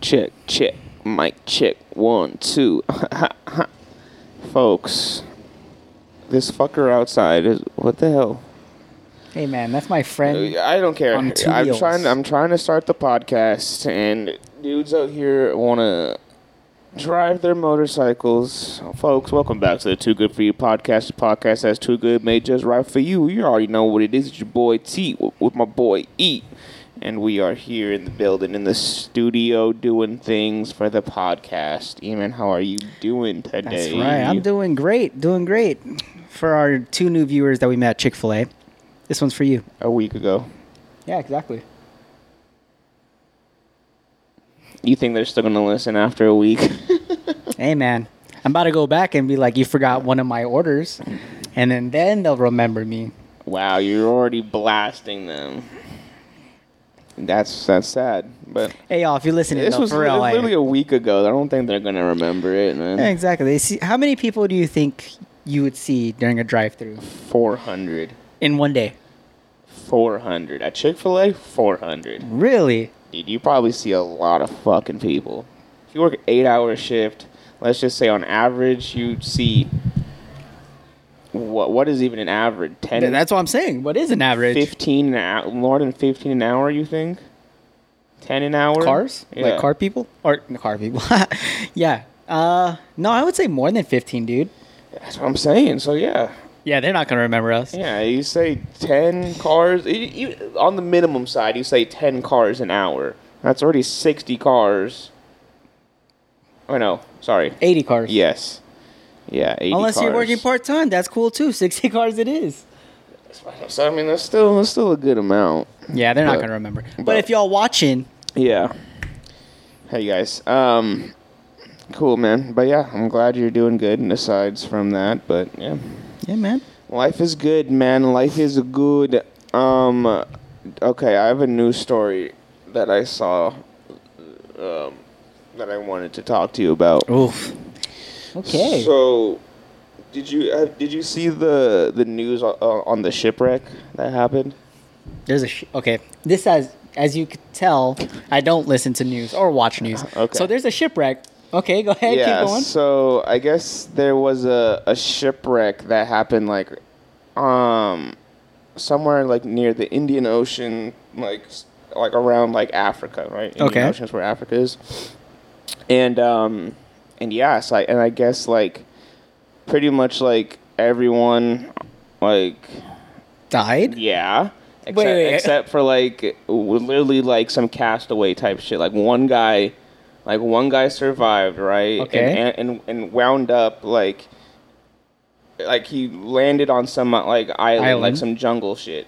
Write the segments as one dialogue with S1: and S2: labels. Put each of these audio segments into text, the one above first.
S1: check, check, mic check, one, two. Folks, this fucker outside is what the hell?
S2: Hey man, that's my friend.
S1: I don't care.
S2: On two
S1: I'm
S2: wheels.
S1: trying. I'm trying to start the podcast, and dudes out here want to drive their motorcycles. Folks, welcome back to the Too Good for You podcast. The podcast that's too good made just right for you. You already know what it is. It's your boy T w- with my boy E, and we are here in the building in the studio doing things for the podcast. Eamon, how are you doing today?
S2: That's right. I'm doing great. Doing great. For our two new viewers that we met at Chick Fil A, this one's for you.
S1: a week ago.
S2: Yeah, exactly.
S1: You think they're still gonna listen after a week?
S2: hey man, I'm about to go back and be like, you forgot one of my orders, and then then they'll remember me.
S1: Wow, you're already blasting them. That's that's sad, but
S2: Hey y'all, if you're listening,
S1: this
S2: though,
S1: was
S2: for real,
S1: li-
S2: I am.
S1: literally a week ago. I don't think they're gonna remember it, man.
S2: Yeah, exactly. See, how many people do you think you would see during a drive-through
S1: 400.
S2: in one day?
S1: 400. At Chick fil A, 400.
S2: Really?
S1: Dude, you probably see a lot of fucking people. If you work an eight hour shift, let's just say on average, you see. What, what is even an average? 10,
S2: Th- That's what I'm saying. What is an average?
S1: 15 an hour? More than 15 an hour, you think? 10 an hour?
S2: cars like car people or car people yeah uh no i would say more than 15 dude
S1: That's what I'm saying. So yeah,
S2: yeah they're not gonna remember us
S1: yeah. You say ten cars you, you, on the minimum side. You say ten cars an hour. That's already sixty cars. Oh no, sorry.
S2: 80 cars
S1: Yes, yeah. 80
S2: unless you're
S1: cars.
S2: working part-time that's cool too 60 cars it is
S1: So I mean, that's still that's still a good amount.
S2: yeah they're not
S1: But-
S2: gonna remember but,
S1: but-
S2: if y'all watching
S1: Yeah. Hey guys. Um. Cool, man. But yeah, I'm glad you're doing good. And asides from that, but yeah.
S2: yeah man
S1: Life is good, man. Life is good. Um, okay, I have a news story that I saw um, that I wanted to talk to you about.
S2: oof okay
S1: So, did you uh, did you see the the news on, uh, on the shipwreck that happened?
S2: there's a sh- okay this has as you could tell i don't listen to news or watch news
S1: Okay.
S2: so there's a shipwreck okay go ahead keep going
S1: So I guess there was a, a shipwreck that happened like um somewhere like near the Indian Ocean, like s- like around like Africa, right? Indian
S2: Okay.
S1: Ocean's where Africa is. And um and yeah, so I, and I guess like pretty much like everyone like
S2: died
S1: yeah. Except,
S2: wait.
S1: except for like w- literally like some castaway type shit. Like one guy, like one guy survived, right?
S2: Okay.
S1: And and, and, and wound up like like he landed on some uh, like island, like
S2: Island.
S1: some jungle shit.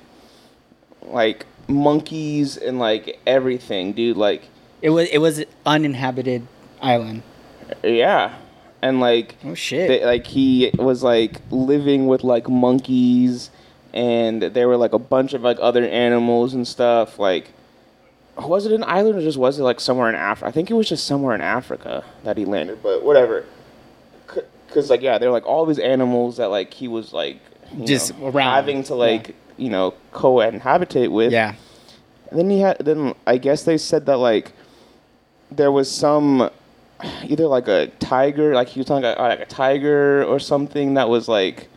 S1: Like monkeys and like everything, dude. Like
S2: it was it was uninhabited island
S1: yeah. And like
S2: oh shit
S1: they, like he was like living with like monkeys and there were like a bunch of like other animals and stuff like was it an island or just was it like somewhere in africa i think it was just somewhere in africa that he landed but whatever because like yeah they're like all these animals that like he was like you
S2: Just
S1: know,
S2: around.
S1: having to
S2: Yeah.
S1: like you know co-inhabitate with
S2: yeah
S1: and then he had. Then I guess they said that like there was some either like a tiger, like he was talking about like a tiger or something that was like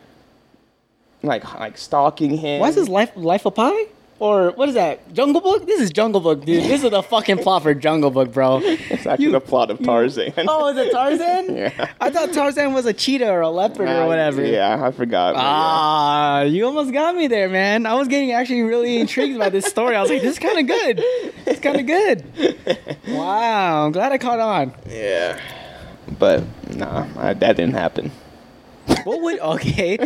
S1: like like stalking him.
S2: Why is this life life of Pi? Or what is that? Jungle Book? This is Jungle Book, dude. This is the fucking plot for Jungle Book, bro.
S1: It's actually
S2: you-
S1: the plot of Tarzan.
S2: Oh, is it Tarzan?
S1: Yeah. Uh,
S2: I thought Tarzan was a cheetah or a leopard or whatever.
S1: Yeah, I forgot. but yeah.
S2: Ah, you almost got me there, man. I was getting actually really intrigued by this story. I was like, this is kind of good. It's kind of good. Wow, I'm glad I caught on.
S1: yeah. But nah, I, that didn't happen.
S2: What would okay?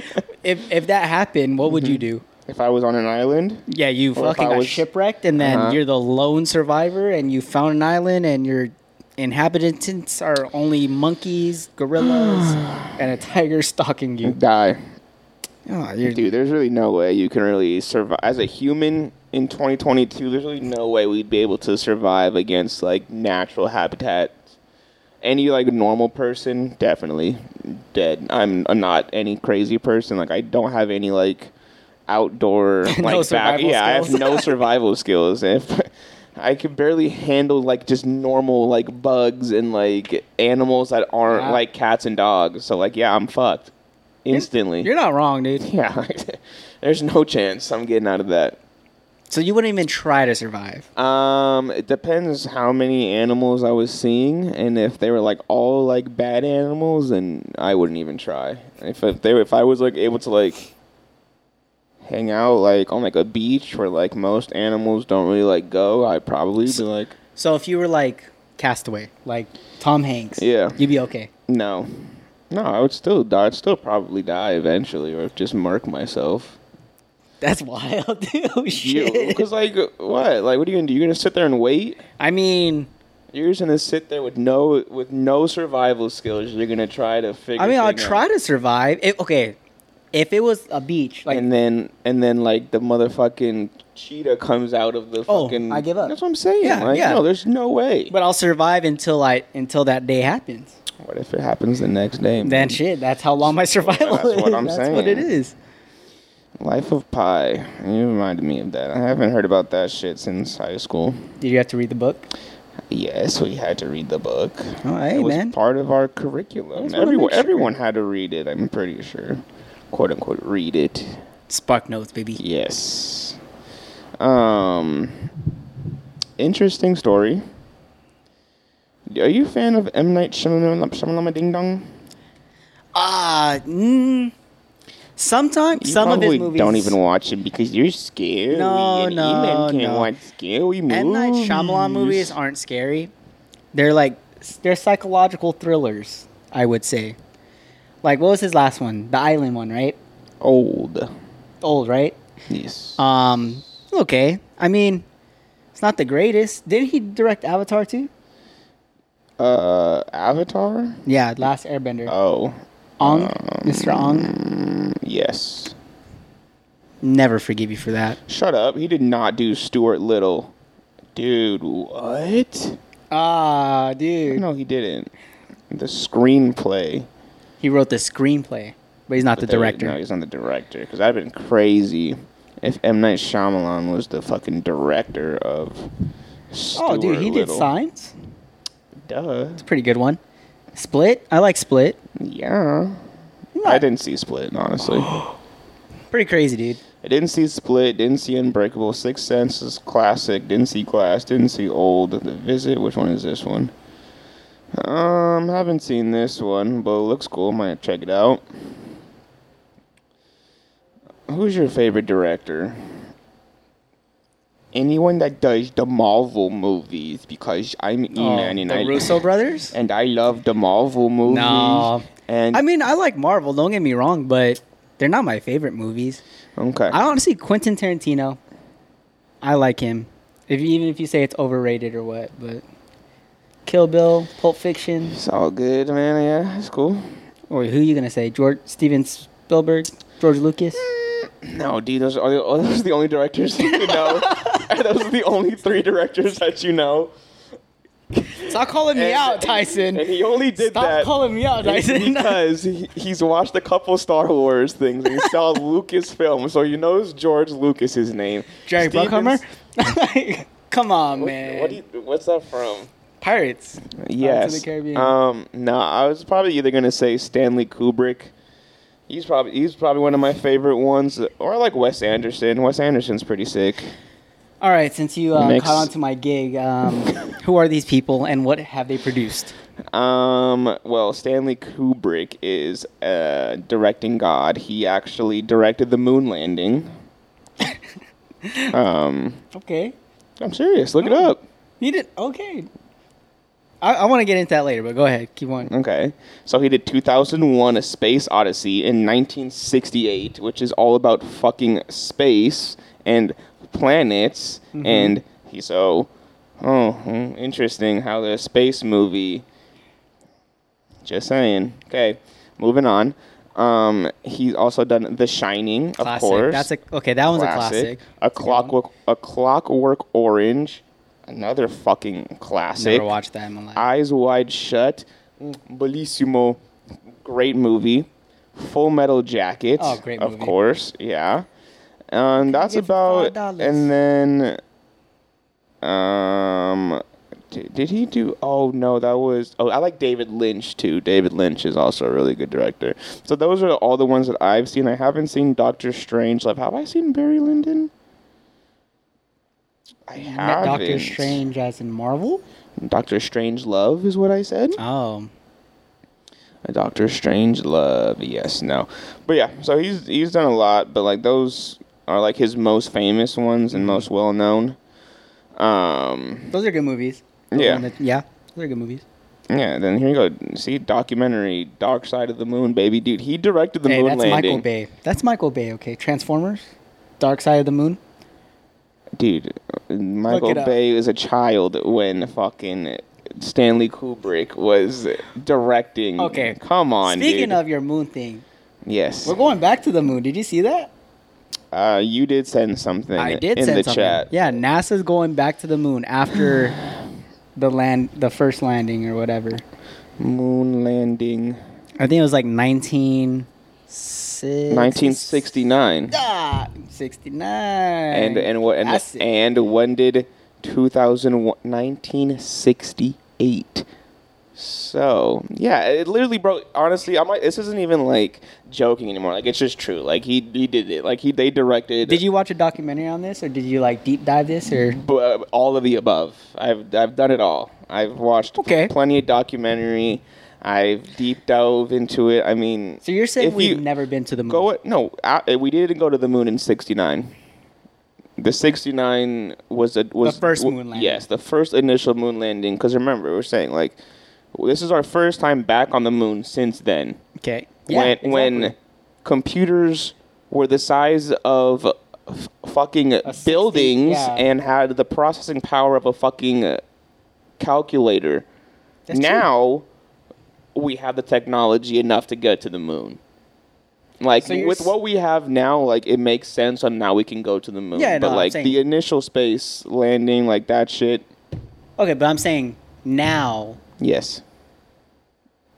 S2: If if that happened, what
S1: Mhm.
S2: would you do?
S1: If I was on an island,
S2: Yeah, you
S1: Or if
S2: fucking
S1: I
S2: got
S1: was-
S2: shipwrecked, and then
S1: Uh-huh.
S2: you're the lone survivor, and you found an island, and your inhabitants are only monkeys, gorillas, and a tiger stalking you.
S1: die.
S2: Oh, you're,
S1: Dude, there's really no way you can really survive as a human in 2022. There's really no way we'd be able to survive against like natural habitat. Any like normal person, definitely dead. I'm, I'm not any crazy person. Like I don't have any like outdoor like
S2: No survival
S1: Yeah, I have
S2: skills.
S1: no survival skills. If I can barely handle like just normal like bugs and like animals that aren't
S2: Yeah.
S1: like cats and dogs. So like yeah, I'm fucked instantly.
S2: You're not wrong, dude.
S1: yeah, there's no chance I'm getting out of that.
S2: So you wouldn't even try to survive.
S1: Um, it depends how many animals I was seeing, and if they were like all like bad animals, then I wouldn't even try. If if they if I was like able to like hang out like on like a beach where like most animals don't really like go, I'd probably be like
S2: So if you were like Castaway, like Tom Hanks,
S1: Yeah.
S2: you'd be okay.
S1: no, no, I would still die. I'd still probably die eventually, or just murk myself.
S2: That's wild, dude. Oh, shit.
S1: Because like what? Like what are you gonna do? You're gonna sit there and wait?
S2: I mean,
S1: You're just gonna sit there with no with no survival skills. You're gonna try to figure.
S2: I mean, I'll
S1: thing
S2: try
S1: out.
S2: to survive. If, okay, if it was a beach, like
S1: and then and then like the motherfucking cheetah comes out of the
S2: Oh,
S1: fucking.
S2: I give up.
S1: That's what I'm saying.
S2: Yeah,
S1: like,
S2: yeah.
S1: No, there's no way.
S2: But I'll survive until I until that day happens.
S1: what if it happens the next day? man?
S2: Then shit, that's how long my survival
S1: Mm. That's
S2: is.
S1: what I'm
S2: that's
S1: saying.
S2: what it is.
S1: Life of Pi. You reminded me of that. I haven't heard about that shit since high school.
S2: Did you have to read the book?
S1: Yes, we had to read the book.
S2: Oh, hey,
S1: it was
S2: man.
S1: part of our curriculum.
S2: Just wanna
S1: Everyone,
S2: make sure.
S1: everyone had to read it. I'm pretty sure, quote unquote, read it.
S2: Spark notes, baby.
S1: Yes. Um. Interesting story. Are you a fan of M Night Shyamalan? Shyamalan Ding Dong?
S2: Ah, mm, sometimes
S1: You
S2: some of his
S1: probably
S2: movies
S1: don't even watch it because you're scary.
S2: No,
S1: and
S2: no,
S1: E-Man can't
S2: no.
S1: watch scary movies.
S2: M Night Shyamalan movies aren't scary. They're like they're psychological thrillers. I would say. Like what was his last one? The Island one, right?
S1: old.
S2: Old, right?
S1: Yes.
S2: Um, okay. I mean, it's not the greatest. Didn't he direct Avatar too?
S1: Uh, Avatar.
S2: Yeah, Last Airbender.
S1: Oh,
S2: Ong, Mr. Ong,
S1: um, yes.
S2: never forgive you for that.
S1: Shut up. He did not do Stuart Little. Dude, what?
S2: Ah, dude.
S1: No, he didn't. The screenplay.
S2: He wrote the screenplay, but he's not the
S1: There-
S2: director.
S1: No, he's not the director. Because I've been crazy if M Night Shyamalan was the fucking director of.
S2: oh, dude,
S1: Stuart
S2: he did
S1: Little.
S2: Signs.
S1: Duh.
S2: Pretty good one. Split. I like Split.
S1: Yeah. I didn't see Split, honestly. I
S2: Pretty crazy, dude.
S1: didn't see Split. Didn't see Unbreakable. Sixth Sense is classic. Didn't see Glass. Didn't see Old. The Visit. Which one is this one? Um, haven't seen this one, but it looks cool. Might check it out. Who's your favorite director? Anyone that does the Marvel movies, because I'm E-Man and
S2: Oh, the
S1: I
S2: Russo brothers.
S1: and I love the Marvel movies.
S2: No.
S1: and
S2: I mean, I like Marvel. Don't get me wrong, but they're not my favorite movies.
S1: okay,
S2: I honestly, Quentin Tarantino. I like him. If even if you say it's overrated or what, but Kill Bill, Pulp Fiction.
S1: It's all good, man. Yeah, it's cool.
S2: Or who you gonna say? George Steven Spielberg, George Lucas.
S1: No, dude, those are, the, are those the only directors you know. Are those the only three directors that you know?
S2: Stop calling me
S1: And-
S2: out, Tyson.
S1: And he only did
S2: Stop
S1: that
S2: calling me out, Tyson.
S1: because he, he's watched a couple Star Wars things and he saw Lucas film, so he knows George Lucas' his name.
S2: Jerry
S1: Stevens-
S2: Bruckheimer. Like, Come on,
S1: What,
S2: man.
S1: what do you, what's that from?
S2: Pirates.
S1: Yes.
S2: Caribbean.
S1: Um, no, I was probably either gonna say Stanley Kubrick. He's probably he's probably one of my favorite ones, or I like Wes Anderson. Wes Anderson's pretty sick.
S2: All right, since you uh,
S1: Mix.
S2: caught on to my gig, um, who are these people and what have they produced?
S1: Um, well, Stanley Kubrick is uh, directing God. He actually directed the moon landing. um,
S2: Okay.
S1: I'm serious. Look it up.
S2: You did okay. I, I want to get into that later, but go ahead. Keep on.
S1: Okay. So he did 2001 A Space Odyssey in 1968, which is all about fucking space and planets.
S2: Mm-hmm.
S1: And he so, oh, hmm, interesting how the space movie. Just saying. Okay. Moving on. Um, he's also done The Shining, of
S2: Classic.
S1: course.
S2: That's a okay. That one's a classic.
S1: A Clockwork, a Clockwork Orange, another fucking classic.
S2: Never watched that in my life.
S1: Eyes Wide Shut, Mm, Bellissimo, great movie. Full Metal Jacket,
S2: Oh, great
S1: of
S2: movie.
S1: course, yeah. Um, that's
S2: get for
S1: about,
S2: $5.
S1: and then Um, d- did he do? Oh no, that was. Oh, I like David Lynch too. David Lynch is also a really good director. So those are all the ones that I've seen. I haven't seen Doctor Strange. Like, have I seen Barry Lyndon? I
S2: Met
S1: haven't.
S2: Doctor Strange as in Marvel.
S1: Doctor Strange Love is what I said.
S2: Oh,
S1: A Doctor Strange Love. Yes, no, but yeah. So he's he's done a lot, but like those are like his most famous ones
S2: Mm-hmm.
S1: and most well known. Um.
S2: those are good movies. The
S1: Yeah.
S2: one that- yeah, those are good movies.
S1: Yeah, then here you go. See, documentary, Dark Side of the Moon, baby. Dude, he directed the
S2: hey,
S1: moon
S2: that's
S1: landing.
S2: Michael Bay. That's Michael Bay. Okay, Transformers, Dark Side of the Moon.
S1: Dude, uh, Michael
S2: it up.
S1: Bay was a child when fucking Stanley Kubrick was directing.
S2: Okay.
S1: Come on,
S2: Speaking
S1: dude.
S2: of your moon thing,
S1: Yes.
S2: we're going back to the moon. Did you see that?
S1: Uh, you did send something
S2: I did
S1: in
S2: send
S1: the
S2: something.
S1: chat.
S2: Yeah, NASA's going back to the moon after the land, the first landing or whatever.
S1: Moon landing.
S2: I think it was like 19...
S1: 1969.
S2: Ah, 69.
S1: And and what and,
S2: That's it.
S1: and when did 2001 1968 so yeah it literally bro honestly i'm like this isn't even like joking anymore like it's just true like he he did it like he they directed
S2: did you watch a documentary on this or did you like deep dive this or
S1: b- uh, all of the above i've i've done it all i've watched
S2: Okay.
S1: plenty of documentary i've deep dove into it i mean
S2: So you're saying
S1: if
S2: we've
S1: you-
S2: never been to the moon.
S1: Go what? No, I, eh, we didn't go to the moon in '69. The '69 was a was
S2: first
S1: w-
S2: moon landing.
S1: Yes, the first initial moon landing. Because remember, we were saying like this is our first time back on the moon since then.
S2: okay.
S1: when
S2: Yeah,
S1: when
S2: exactly.
S1: computers were the size of f- fucking
S2: 60
S1: buildings
S2: yeah.
S1: and had the processing power of a fucking uh, calculator.
S2: That's true.
S1: now we have the technology enough to get to the moon. Like
S2: So you're
S1: with
S2: s-
S1: what we have now, like it makes sense on now we can go to the moon.
S2: Yeah, no,
S1: but
S2: I'm
S1: like
S2: saying-
S1: the initial space landing, like that shit.
S2: Okay, but I'm saying now
S1: Yes.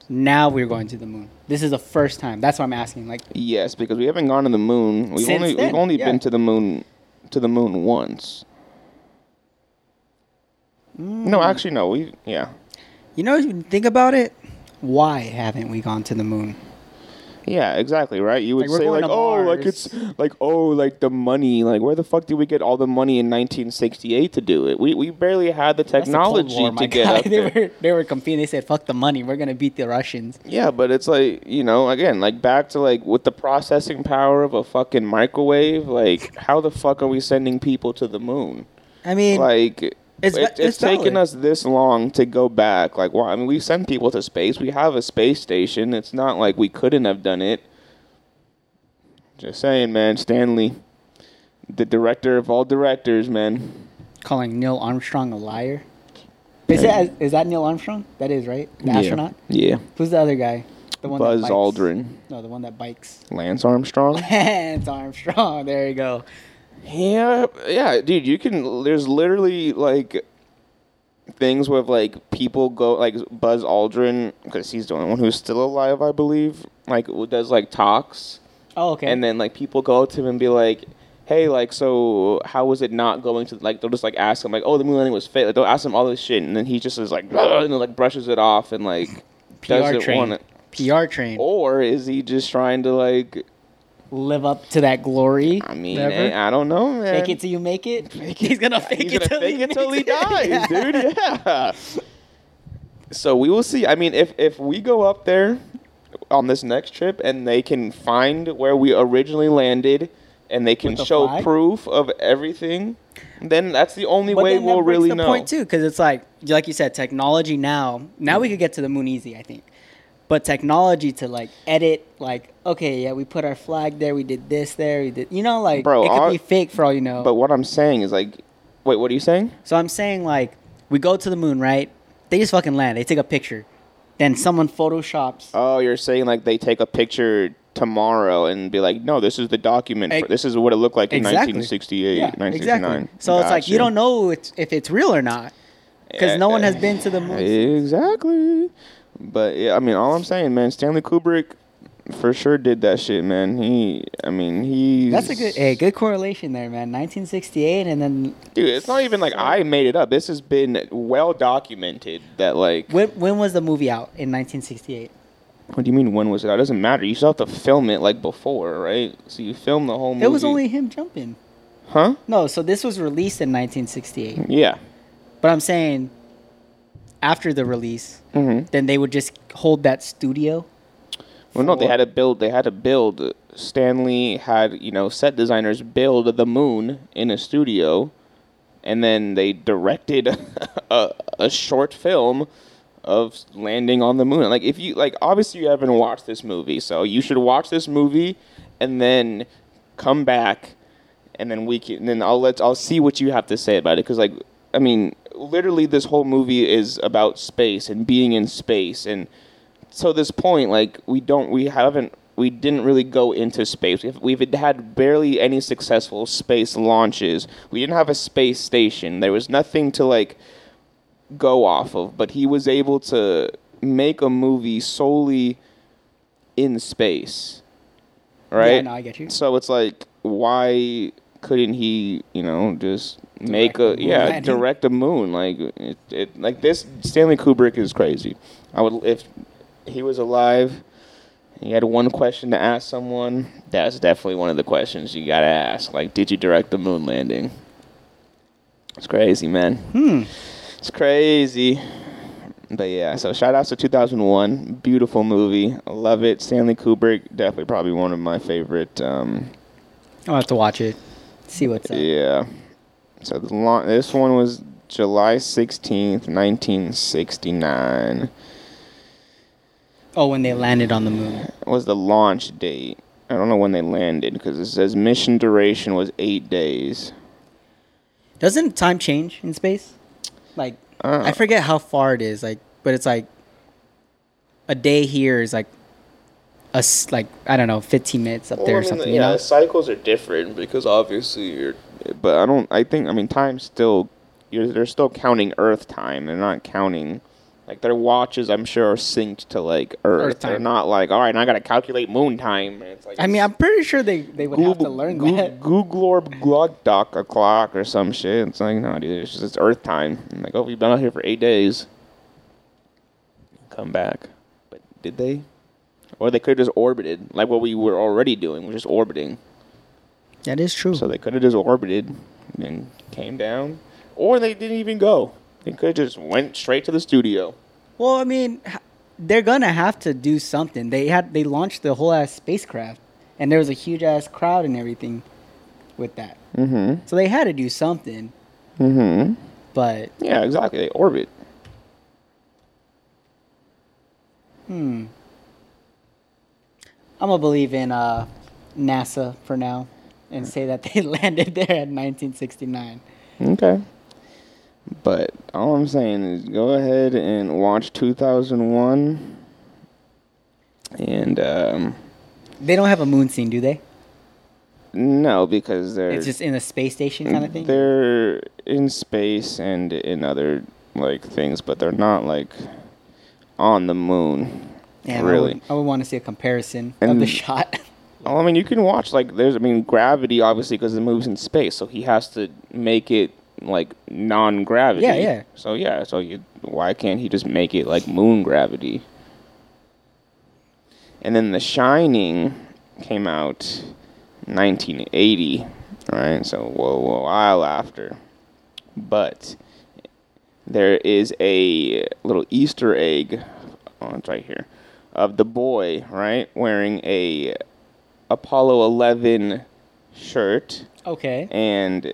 S2: now we're going to the moon. This is the first time. That's what I'm asking. Like
S1: Yes, because we haven't gone to the moon. We've
S2: Since
S1: only
S2: then,
S1: we've only
S2: yeah.
S1: been to the moon to the moon once.
S2: Mm.
S1: No, actually no. We yeah.
S2: you know, if you think about it, why haven't we gone to the moon?
S1: Yeah, exactly, right? You would
S2: Like, we're
S1: say
S2: going
S1: like,
S2: to
S1: "Oh, like
S2: Mars."
S1: it's like oh, like the money, like where the fuck did we get all the money in 1968 to do it? We we barely had the
S2: That's the Cold
S1: technology
S2: War, my
S1: to get
S2: guy.
S1: up
S2: they
S1: there.
S2: were they were competing. They said, "Fuck the money. We're gonna beat the Russians."
S1: Yeah, but it's like, you know, again, like back to like with the processing power of a fucking microwave, like how the fuck are we sending people to the moon?
S2: I mean,
S1: like it-
S2: It's
S1: it's,
S2: va- it's
S1: taken
S2: valid.
S1: us this long to go back like why i mean we send people to space we have a space station it's not like we couldn't have done it just saying man stanley the director of all directors man
S2: calling Neil Armstrong a liar. Is that is that Neil Armstrong? That is right. The astronaut.
S1: yeah
S2: Who's the other guy? The one
S1: buzz
S2: bikes.
S1: aldrin
S2: No, the one that bikes.
S1: lance armstrong
S2: Lance Armstrong. There you go.
S1: Yeah, yeah, dude, you can. There's literally like things with like people go like Buzz Aldrin because he's the only one who's still alive, I believe. Like who does like talks,
S2: Oh, okay.
S1: and then like people go up to him and be like. Hey, like, so how was it not going to like? They'll just like ask him, like, "Oh, the moon landing was fake." Like, they'll ask him all this shit, and then he just is like, "Ugh," and then, like brushes it off and like
S2: PR
S1: doesn't
S2: train.
S1: want it.
S2: PR train.
S1: Or is he just trying to like?
S2: Live up to that glory.
S1: I mean,
S2: Whatever.
S1: eh, I don't know, man.
S2: Fake it till you make it. He's gonna Um, fake
S1: He's
S2: it
S1: gonna
S2: till
S1: fake
S2: he
S1: it till he
S2: makes
S1: dies,
S2: it.
S1: dude. Yeah. So we will see. I mean, if if we go up there on this next trip and they can find where we originally landed and they can
S2: With the
S1: show
S2: flag?
S1: proof of everything, then that's the only
S2: But
S1: way
S2: then that
S1: we'll
S2: breaks
S1: really
S2: the
S1: know.
S2: point too, because it's like, like you said, technology now. Now we could get to the moon easy, I think. But technology to like edit, like okay, yeah, we put our flag there, we did this there, we did, you know, like
S1: Bro,
S2: it could
S1: our-
S2: be fake for all you know.
S1: But what I'm saying is like, wait, what are you saying?
S2: So I'm saying like we go to the moon, right? They just fucking land. They take a picture. Then someone photoshops.
S1: Oh, you're saying like they take a picture tomorrow and be like, no, this is the document.
S2: Ex-
S1: For, this is what it looked like in
S2: Exactly.
S1: 1968, 1969.
S2: exactly. So it's like you
S1: Gotcha.
S2: don't know it's, if it's real or not because no one has been to the moon.
S1: Exactly. But yeah, I mean, all I'm saying, man, Stanley Kubrick, for sure did that shit, man. He, I mean, he.
S2: That's a good, hey, good correlation there, man. 1968, and then
S1: dude. It's not even like I made it up. This has been well documented that like.
S2: when when was the movie out in 1968?
S1: What do you mean? When was it? That doesn't matter. You still have to film it like before, right? So you film the whole movie.
S2: It was only him jumping.
S1: Huh?
S2: No, so this was released in 1968.
S1: Yeah.
S2: But I'm saying, after the release,
S1: Mm-hmm.
S2: then they would just hold that studio.
S1: Well, no, they
S2: for-
S1: had to build. They had to build. Stanley had you know set designers build the moon in a studio, and then they directed a, a short film of landing on the moon. Like if you like, obviously you haven't watched this movie, so you should watch this movie and then come back, and then we can. And then I'll let I'll see what you have to say about it because like I mean, literally this whole movie is about space and being in space and so this point, like we don't, we haven't, we didn't really go into space. We've, we've had barely any successful space launches. We didn't have a space station. There was nothing to like go off of. But he was able to make a movie solely in space, right?
S2: Yeah, no, I get you.
S1: So it's like, why couldn't he, you know, just make a
S2: Direct a moon
S1: yeah,
S2: landing.
S1: direct a moon? Like it, it, like this Stanley Kubrick is crazy. I would if he was alive. and You had one question to ask someone. That's definitely one of the questions you gotta ask. Like, did you direct the moon landing? It's crazy, man.
S2: Hmm.
S1: It's crazy. But yeah, so shout outs to 2001. Beautiful movie. I love it. Stanley Kubrick, definitely probably one of my favorite. Um,
S2: I'll have to watch it, see what's up.
S1: yeah. So the launch, this one was July 16th, 1969
S2: Oh, when they landed on the moon.
S1: was the launch date. I don't know when they landed because it says mission duration was eight days.
S2: Doesn't time change in space? Like,
S1: Uh.
S2: I forget how far it is. Like, but it's like a day here is like a s- like I don't know, 15 minutes up there or something. you know?
S1: cycles are different because obviously you're. But I don't. I think. I mean, time's still. You're, they're still counting Earth time. They're not counting. Like their watches, I'm sure, are synced to like Earth.
S2: Earth time.
S1: They're not like, all right, now I gotta calculate moon time. And It's like
S2: I mean, I'm pretty sure they they would have to learn
S1: Google,
S2: that.
S1: Google orb Glug doc o'clock or some shit. It's like, no, dude, it's just it's Earth time. I'm like, oh, we've been out here for eight days. Come back, but did they? Or they could have just orbited, like what we were already doing. We're just orbiting,
S2: That is true.
S1: so they could have just orbited and came down, or they didn't even go. They could have just went straight to the studio.
S2: Well, I mean, h- they're gonna have to do something. They had they launched the whole ass spacecraft, and there was a huge ass crowd and everything with that.
S1: Mm-hmm.
S2: So they had to do something.
S1: Mm-hmm.
S2: But
S1: Yeah, exactly. They orbit.
S2: hmm, I'm gonna believe in uh, NASA for now, and say that they landed there in 1969.
S1: Okay. But all I'm saying is go ahead and watch 2001. And um,
S2: They don't have a moon scene, do they?
S1: no, because they're
S2: It's just in a space station kind of thing.
S1: they're in space and in other like things, but they're not like on the moon.
S2: Damn, I
S1: really.
S2: would- I would, want to see a comparison of
S1: And-
S2: the shot.
S1: Well, I mean, you can watch like there's. I mean, gravity obviously because it moves in space, so he has to make it like non-gravity.
S2: Yeah, yeah.
S1: So yeah, so you, why can't he just make it like moon gravity? And then The Shining came out 1980, right? So whoa, whoa, while after, but there is a little Easter egg. Oh, it's right here. Of the boy, right, wearing a Apollo 11 shirt
S2: okay.
S1: and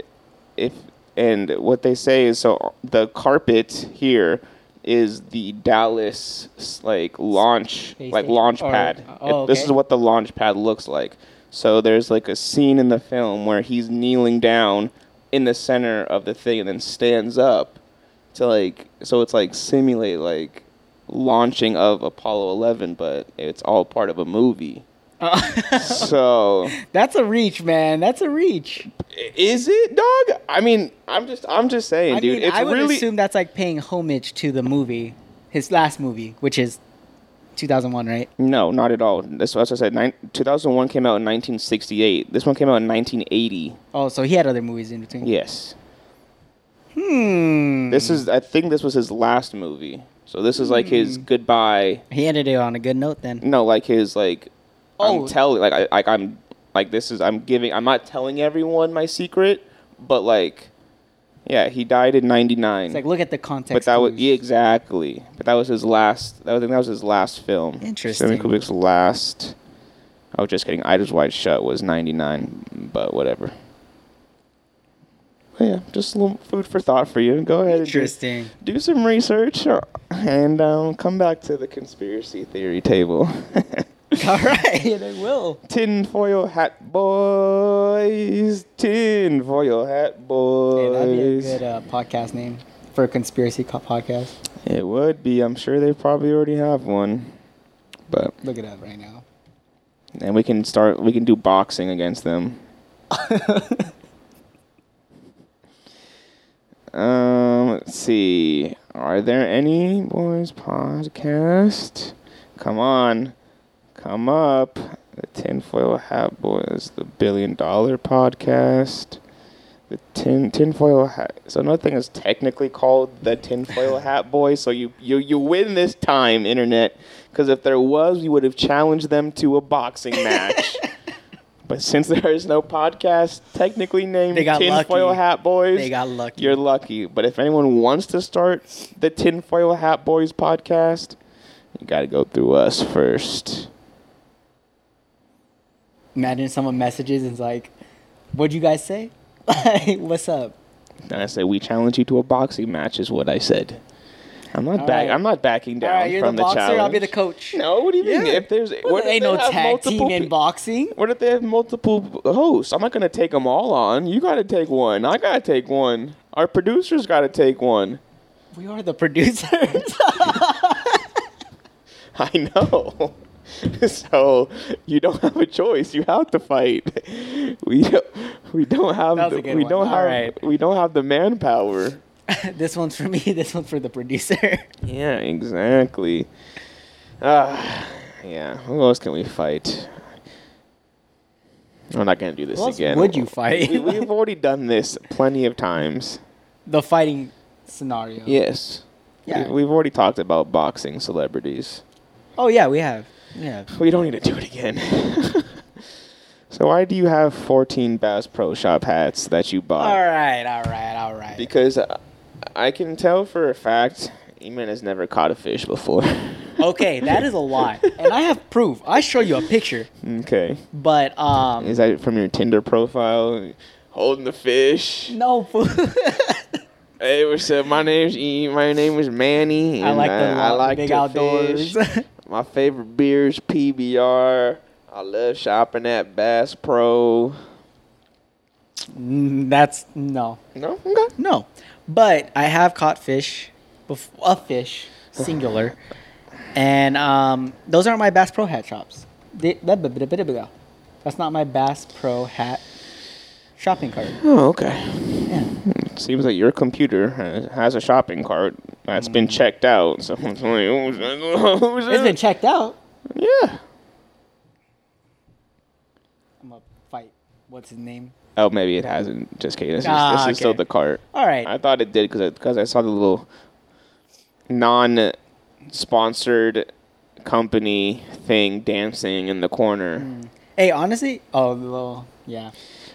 S1: if and what they say is so the carpet here is the Dallas s- like launch
S2: Space
S1: like
S2: station?
S1: launch
S2: Or-
S1: pad.
S2: oh,
S1: It- This
S2: okay.
S1: is what the launch pad looks like. So there's like a scene in the film where he's kneeling down in the center of the thing and then stands up to like so it's like simulate like launching of Apollo 11 but it's all part of a movie. so
S2: That's a reach, man. That's a reach.
S1: Is it, dog? I mean, I'm just, I'm just saying,
S2: I
S1: dude.
S2: mean,
S1: it's
S2: I would
S1: really
S2: assume that's like paying homage to the movie, his last movie, which is 2001, right?
S1: No, not at all. That's what I said. Nine, 2001 came out in 1968. This one came out in 1980.
S2: Oh, so he had other movies in between.
S1: Yes.
S2: Hmm.
S1: This is, I think this was his last movie. So this is like his
S2: Hmm.
S1: goodbye.
S2: He ended it on a good note then.
S1: No, like his, like,
S2: Oh.
S1: I'm telling, like, I, like, I'm, like, this is, I'm giving, I'm not telling everyone my secret, but, like, yeah, he died in 99.
S2: It's like look at the context.
S1: But that was
S2: clues.
S1: yeah, exactly. But that was his last. That was, I think that was his last film.
S2: Interesting.
S1: Stanley Kubrick's last. I was just kidding. Eyes Wide Shut was '99, but whatever. But yeah, just a little food for thought for you. Go ahead and do,
S2: Interesting.
S1: do some research uh, and um, come back to the conspiracy theory table.
S2: All right, they will.
S1: tin foil hat boys, tin foil hat
S2: Hey,
S1: boys.
S2: that'd be a good uh, podcast name for a conspiracy co- podcast.
S1: It would be. I'm sure they probably already have one. But
S2: Look it up right now.
S1: and we can start. We can do boxing against them. um. Let's see. Are there any boys podcast? Come on, come up. The Tinfoil Hat Boys, the Billion Dollar Podcast. The tin tinfoil hat. So another thing is technically called the tinfoil hat boy. So you you you win this time, internet. Because if there was, we would have challenged them to a boxing match. but since there is no podcast technically named
S2: They got
S1: tinfoil
S2: lucky.
S1: hat boys,
S2: They got lucky.
S1: You're lucky. But if anyone wants to start the tinfoil hat boys podcast, you got to go through us first.
S2: Imagine someone messages and's like, "What'd you guys say? Like, What's up?"
S1: And I said, we challenge you to a boxing match, is what I said. I'm not
S2: All
S1: back.
S2: right.
S1: I'm not backing down
S2: All right, you're the
S1: from the,
S2: boxer.
S1: challenge.
S2: I'll be the coach.
S1: No, what do you mean?
S2: Yeah.
S1: If there's,
S2: Well,
S1: what
S2: there ain't
S1: if they
S2: no
S1: have
S2: tag
S1: multiple
S2: team in
S1: pe-
S2: boxing.
S1: What if they have multiple p- hosts? I'm not gonna take them all on. You gotta take one. I gotta take one. Our producers gotta take one.
S2: We are the producers.
S1: I know. so you don't have a choice. You have to fight. We don't, we don't have
S2: That was
S1: the,
S2: a good
S1: we
S2: one.
S1: don't
S2: All
S1: have
S2: right.
S1: we don't have the manpower.
S2: this one's for me. This one's for the producer.
S1: Yeah, exactly. Ah, yeah. Who else can we fight? I'm not gonna do this
S2: Who else
S1: again.
S2: would you fight?
S1: We, we've already done this plenty of times.
S2: the fighting scenario.
S1: Yes.
S2: Yeah.
S1: We, have already talked about boxing celebrities.
S2: Oh yeah, we have. Yeah.
S1: We don't need to do it again. so why do you have 14 Bass Pro Shop hats that you bought?
S2: All right. All right. All right.
S1: Uh, Because I, I can tell for a fact, Eman has never caught a fish before.
S2: okay, that is a lie, and I have proof. I show you a picture,
S1: okay.
S2: but um,
S1: Is that from your Tinder profile? Holding the fish.
S2: no. fool.
S1: Hey, what's up? My name's E. My name is Manny.
S2: I
S1: and
S2: like the,
S1: I, I
S2: lo- the
S1: like
S2: big
S1: to
S2: outdoors.
S1: fish. My favorite beer is PBR. I love shopping at Bass Pro.
S2: Mm, That's no,
S1: No, okay.
S2: no. But I have caught fish, bef- a fish singular, and um, those aren't my Bass Pro hat shops. They- blah, blah, blah, blah, blah. That's not my Bass Pro hat shopping cart.
S1: Oh, okay.
S2: Yeah.
S1: Seems like your computer has- has a shopping cart that's been
S2: Hmm.
S1: checked out. So it's like, who's that? Who's
S2: It's been
S1: that?
S2: checked out.
S1: Yeah.
S2: I'm gonna fight. What's his name?
S1: Oh, maybe it hasn't. Just kidding. This is,
S2: Ah,
S1: this is still
S2: okay.
S1: the cart.
S2: All right.
S1: I thought it did because because I, saw the little non-sponsored company thing dancing in the corner.
S2: Hmm. Hey, honestly, oh, well, yeah.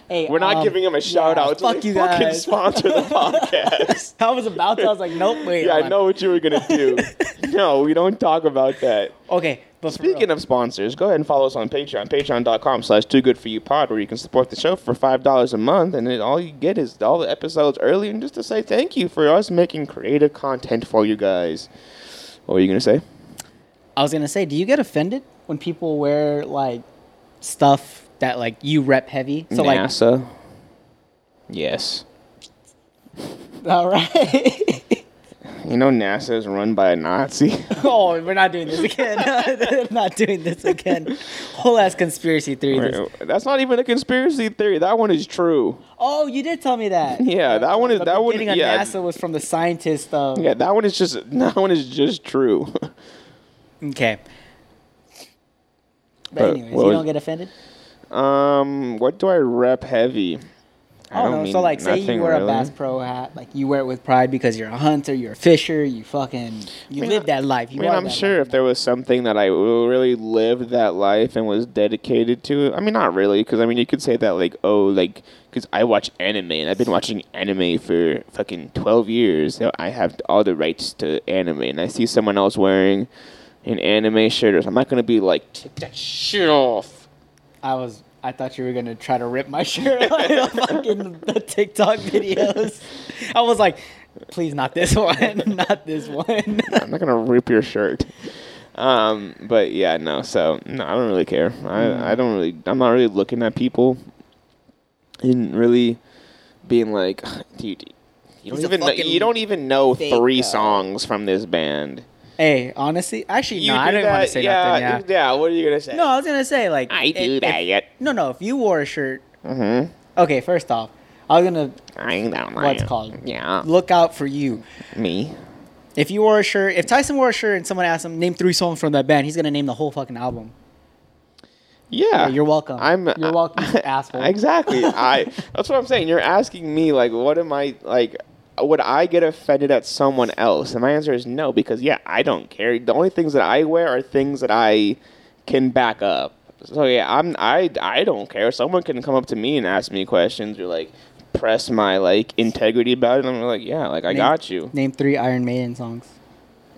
S2: Hey,
S1: We're not
S2: um,
S1: giving them a shout
S2: yeah,
S1: out.
S2: Fuck
S1: to
S2: you
S1: fucking
S2: guys.
S1: sponsor the podcast.
S2: I was about to. I was like, nope. Wait.
S1: yeah,
S2: hold
S1: I
S2: on.
S1: know what you were gonna do. no, we don't talk about that.
S2: Okay, but
S1: Speaking of sponsors, go ahead and follow us on Patreon, patreon.com slash too good for you pod, where you can support the show for five dollars a month, and then all you get is all the episodes early and just to say thank you for us making creative content for you guys. What were you gonna say?
S2: I was gonna say, do you get offended when people wear like stuff that like you rep heavy? So
S1: NASA. yes.
S2: like, all right.
S1: You know NASA is run by a Nazi.
S2: oh, we're not doing this again. not doing this again. Whole ass conspiracy theory. this-
S1: That's not even a conspiracy theory. That one is true.
S2: Oh, you did tell me that.
S1: Yeah, that one is
S2: The
S1: that one.
S2: beginning on
S1: Yeah,
S2: NASA was from the scientist. Um,
S1: yeah, that one is just that one is just true.
S2: Okay. But
S1: Uh,
S2: anyways,
S1: what
S2: you
S1: was-
S2: don't get offended.
S1: Um, what do I rep heavy?
S2: I don't, know.
S1: mean
S2: Oh, So like, say you
S1: nothing
S2: wear a
S1: really.
S2: Bass Pro hat, like you wear it with pride because you're a hunter, you're a fisher, you fucking you
S1: mean,
S2: live
S1: I-
S2: that life.
S1: I
S2: You
S1: mean,
S2: are
S1: I'm
S2: that
S1: sure
S2: life.
S1: if there was something that I really lived that life and was dedicated to it, I mean, not really, because I mean, you could say that like, oh, like, because I watch anime and I've been watching anime for fucking 12 years. So I have all the rights to anime, and I see someone else wearing an anime shirt, or I'm not gonna be like, take that shit off.
S2: I was. I thought you were gonna try to rip my shirt like the fucking the TikTok videos. I was like, please not this one, not this one.
S1: I'm not gonna rip your shirt. Um, but yeah, no. So no, I don't really care. I I don't really. I'm not really looking at people and really being like, dude, you don't
S2: He's a
S1: even know,
S2: fucking
S1: you don't even know
S2: fake,
S1: three
S2: though."
S1: songs from this band.
S2: hey, honestly, actually,
S1: You
S2: no, I
S1: do
S2: didn't want to
S1: that-
S2: say
S1: yeah,
S2: nothing. Yeah.
S1: you- What are you gonna say?
S2: No, I was gonna say like
S1: I do
S2: if-
S1: that
S2: if-
S1: yet.
S2: No, no. If you wore a shirt,
S1: Mm-hmm.
S2: okay. First off, I was gonna
S1: I ain't that one.
S2: what's called
S1: Yeah.
S2: look out for you.
S1: Me.
S2: If you wore a shirt, if Tyson wore a shirt and someone asked him name three songs from that band, he's gonna name the whole fucking album.
S1: Yeah.
S2: Yeah, you're welcome.
S1: I'm.
S2: You're welcome,
S1: I-
S2: asshole.
S1: Exactly. I. That's what I'm saying. You're asking me like, what am I like? Would I get offended at someone else? And my answer is no, because yeah, I don't care. The only things that I wear are things that I can back up. So yeah, I'm. I. I don't care. Someone can come up to me and ask me questions or like press my like integrity about it. And I'm like, yeah, like I
S2: Name-
S1: got you.
S2: Name three Iron Maiden songs.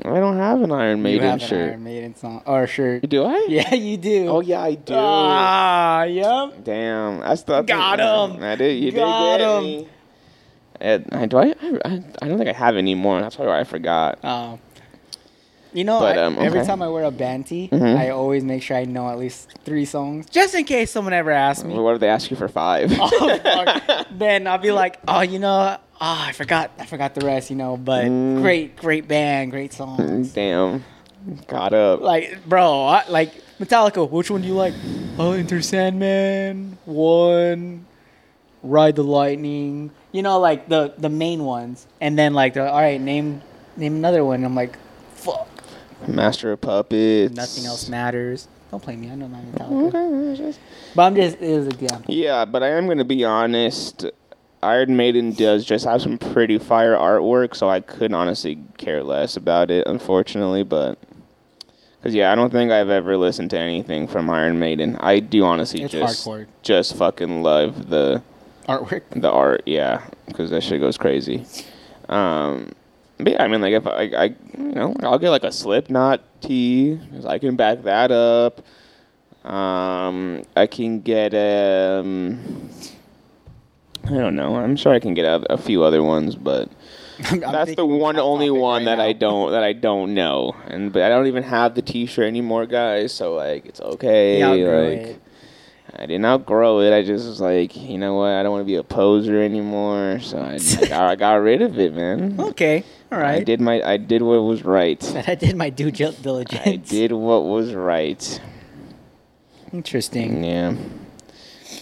S1: I don't have an Iron
S2: you
S1: Maiden
S2: have an
S1: shirt.
S2: Iron Maiden song or shirt.
S1: Do I?
S2: Yeah, you do.
S1: Oh yeah, I do.
S2: Ah, yep.
S1: Damn, I still
S2: Got
S1: I-
S2: 'em.
S1: I did. You
S2: Got
S1: did get
S2: 'em.
S1: me. And I, do I, I? I don't think I have any more. That's probably why I forgot.
S2: Oh. You know,
S1: But,
S2: I-
S1: um,
S2: every
S1: okay.
S2: time I wear a band tee,
S1: Mhm.
S2: I always make sure I know at least three songs, just in case someone ever asks me.
S1: What if they ask you for five?
S2: oh, fuck. Then I'll be like, oh, you know, ah, I forgot, I forgot the rest, you know. But
S1: Mm.
S2: great, great band, great songs.
S1: Damn, got up.
S2: like, bro, I, like Metallica. Which one do you like? Oh, Enter Sandman. One. Ride the Lightning. You know, like the the main ones. And then like, they're like, all right, name name another one. I'm like, fuck.
S1: Master of Puppets.
S2: Nothing else matters. Don't play me. I know not Metallica.
S1: Okay. that's just-
S2: But I'm just it was a example.
S1: Yeah, but I am gonna be honest. Iron Maiden does just have some pretty fire artwork, so I could honestly care less about it, unfortunately. But because yeah, I don't think I've ever listened to anything from Iron Maiden. I do honestly
S2: It's
S1: just
S2: hardcore.
S1: just fucking love the
S2: Artwork.
S1: the art, yeah, because that shit goes crazy. Um, but yeah, I mean, like if I, I, you know, I'll get like a Slipknot tee, 'cause I can back that up. Um, I can get um, I don't know. I'm sure I can get a, a few other ones, but
S2: I'm- I'm
S1: that's the
S2: thinking
S1: one
S2: off
S1: only
S2: topic
S1: one
S2: right
S1: that I
S2: now.
S1: don't that I don't know, and but I don't even have the T-shirt anymore, guys. So like, it's okay.
S2: Yeah, I'll grow
S1: like.
S2: it.
S1: I didn't outgrow it. I just was like, you know what? I don't want to be a poser anymore. So I, I, got, I got rid of it, man.
S2: Okay. All right.
S1: I did my I did what was right.
S2: But I did my due gil- diligence.
S1: I did what was right.
S2: Interesting.
S1: Yeah.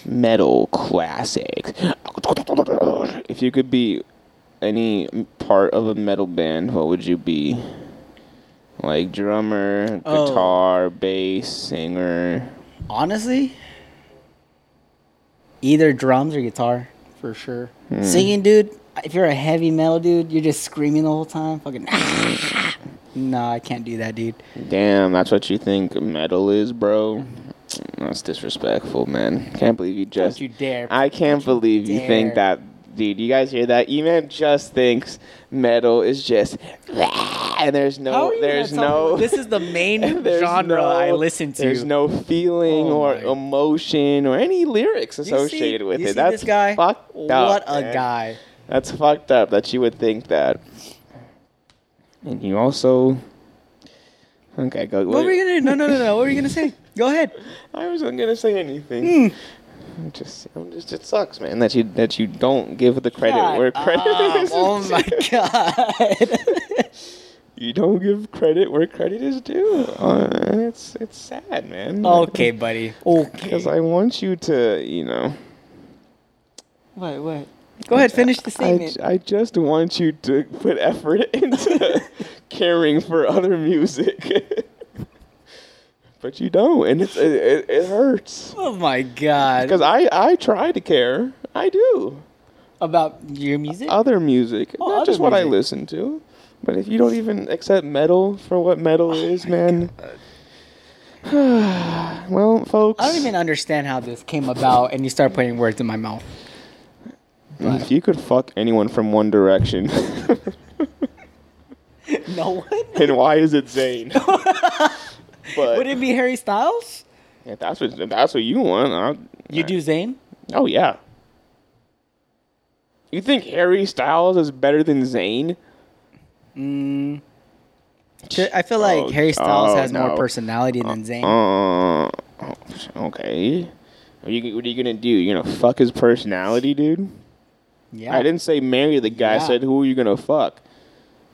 S1: Metal classics. If you could be any part of a metal band, what would you be? Like drummer,
S2: Oh.
S1: guitar, bass, singer.
S2: Honestly, either drums or guitar for sure.
S1: Hmm.
S2: Singing, dude. If you're a heavy metal dude, you're just screaming the whole time. Fucking. no, I can't do that, dude.
S1: Damn, that's what you think metal is, bro. That's disrespectful, man. Can't believe you just.
S2: Don't you dare.
S1: I can't believe you think
S2: dare.
S1: that, dude. You guys hear that? E-Man just thinks metal is just, and there's
S2: How
S1: no,
S2: are you gonna
S1: there's
S2: tell me-
S1: no.
S2: This is the main
S1: there's
S2: genre
S1: no-
S2: I listen to.
S1: There's no feeling
S2: Oh
S1: or
S2: my.
S1: emotion or any lyrics
S2: You see-
S1: associated with
S2: you
S1: it.
S2: see
S1: That's
S2: this guy.
S1: fucked up.
S2: what a
S1: man.
S2: guy.
S1: That's fucked up that you would think that. And you also. Okay, go.
S2: What were you gonna do? No, no, no, no. What were you gonna say? Go ahead.
S1: I wasn't gonna say
S2: Hmm.
S1: anything. It just, I'm just, it sucks, man, that you that you don't give the credit
S2: God,
S1: where credit
S2: um,
S1: is.
S2: oh
S1: due.
S2: my god.
S1: You don't give credit where credit is due. Uh, it's it's sad, man.
S2: okay, buddy. Okay.
S1: Because I want you to, you know.
S2: What? What? Go ahead. Finish the
S1: I,
S2: statement.
S1: I just want you to put effort into caring for other music. but but you don't, and it's, it, it, it hurts.
S2: Oh my god!
S1: Because I, I try to care. I do.
S2: About your music?
S1: Other music,
S2: Oh,
S1: not
S2: other
S1: just what I
S2: music.
S1: listen to. But if you don't even accept metal for what
S2: Oh
S1: metal is, man. well, folks,
S2: I don't even understand how this came about, and you start putting words in my mouth.
S1: if you could fuck anyone from One Direction,
S2: No one.
S1: then why is it Zayn? but
S2: Would it be Harry Styles?
S1: if that's what if that's what you want. I'll,
S2: You do Zayn?
S1: Oh yeah. You think Harry Styles is better than Zayn?
S2: Ju- I feel like
S1: Oh,
S2: Harry Styles
S1: oh,
S2: has
S1: no.
S2: more personality than Zayn.
S1: Uh, okay. Are you, what are you gonna do? You're gonna fuck his personality, dude? I
S2: yeah.
S1: didn't say marry the guy. I
S2: Yeah.
S1: said who are you gonna fuck?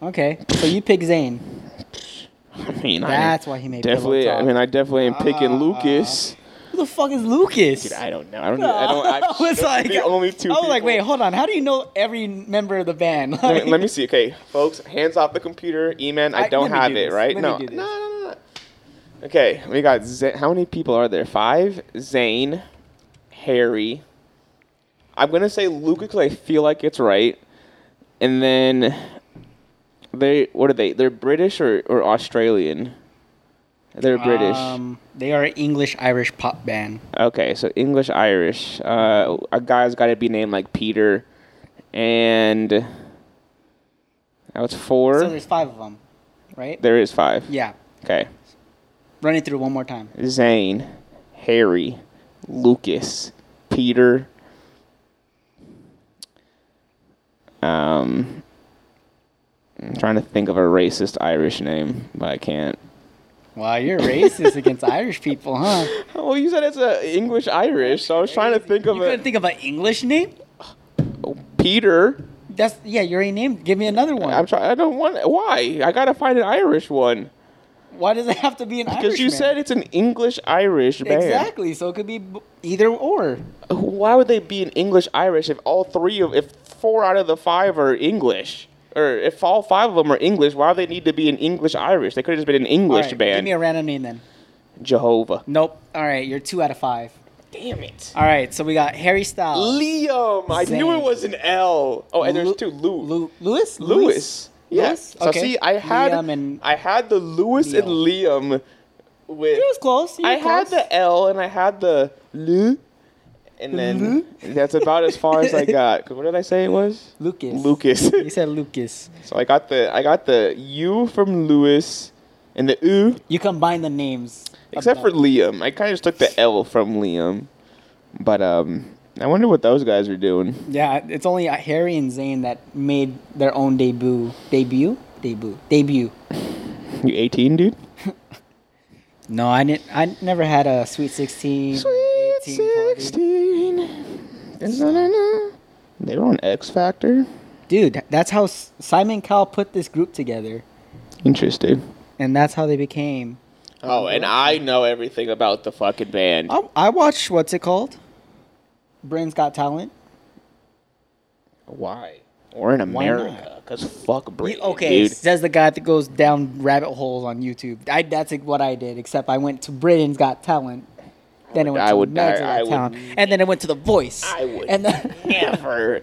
S2: Okay. So you pick Zayn.
S1: I mean,
S2: That's
S1: I
S2: why he made pillow
S1: definitely. I
S2: talk. Ah.
S1: mean, I definitely am picking Lucas.
S2: Who the fuck is Lucas?
S1: Dude, I don't know. I don't. I don't. I,
S2: I was
S1: those are
S2: like,
S1: the only two.
S2: I was like,
S1: people-
S2: wait, hold on. How do you know every member of the band?
S1: Let me, let me see. Okay, folks, hands off the computer. E-man, I
S2: I-
S1: don't
S2: let me
S1: have
S2: do
S1: it.
S2: this.
S1: Right?
S2: Let me
S1: No.
S2: do this.
S1: no. No. No. No. Okay, we got Z- how many people are there? Five. Zane, Harry. I'm gonna say Luca because I feel like it's right, and then they what are they? They're British or, or Australian? They're British.
S2: Um, they are an English Irish pop band.
S1: Okay, so English Irish. Uh, a guy's got to be named like Peter, and that was four.
S2: So there's five of them, right?
S1: there is five.
S2: yeah.
S1: Okay,
S2: Run it through one more time.
S1: Zane, Harry, Lucas, Peter. Um, I'm trying to think of a racist Irish name, but I can't.
S2: Wow, you're racist against Irish people, huh?
S1: Well, you said it's a English Irish, so I was trying to think
S2: You
S1: of
S2: couldn't
S1: a
S2: think of an English name?
S1: Peter.
S2: That's yeah. You already named. Give me another one.
S1: I'm trying. I don't want. Why? I gotta find an Irish one
S2: Why does it have to be an Irish?
S1: because you said it's an English Irish band.
S2: exactly. So it could be b- either or.
S1: Why would they be an English Irish if all three of if four out of the five are English or if all five of them are English? Why would they need to be an English Irish? They could have just been an English
S2: All right, Give
S1: band.
S2: me a random name then.
S1: Jehovah.
S2: Nope. All right, you're two out of five.
S1: Damn it.
S2: All right, so we got Harry Styles,
S1: Liam. I knew
S2: Zane.
S1: it was an L. Oh, and there's
S2: Lu-
S1: two Lou.
S2: Lu- Lewis,
S1: Lewis. Yes.
S2: Lewis?
S1: So
S2: Okay.
S1: see, I had
S2: Liam and-
S1: I had the Lewis and Liam with.
S2: It was close. You
S1: I
S2: were
S1: had
S2: close.
S1: the L and I had the L, and then that's about as far as I got. 'Cause what did I say it was?
S2: Lucas.
S1: Lucas.
S2: You said Lucas.
S1: so I got the I got the U from Lewis and the U,
S2: You combine the names.
S1: except for Liam. I kind of just took the L from Liam, but um, I wonder what those guys are doing.
S2: yeah, it's only uh, Harry and Zayn that made their own debut. Debut. Debut. Debut.
S1: You 18, dude?
S2: No, I didn't. I never had a Sweet Sixteen.
S1: Sweet
S2: 18 party.
S1: 16. Da-na-na-na. They were on X Factor.
S2: Dude, that's how S- Simon Cowell put this group together,
S1: Interesting.
S2: and that's how they became.
S1: Oh, and I know everything about the fucking band.
S2: I, I watched what's it called? Britain's Got Talent.
S1: Why? Or in
S2: not?
S1: America? Because fuck Britain,
S2: okay,
S1: dude.
S2: says the guy that goes down rabbit holes on YouTube. I, that's like what I did, except I went to Britain's Got Talent. Then it went
S1: I
S2: to
S1: would-
S2: America's
S1: I-
S2: Got
S1: I would-
S2: Talent, and then it went to The Voice.
S1: I would
S2: And then,
S1: never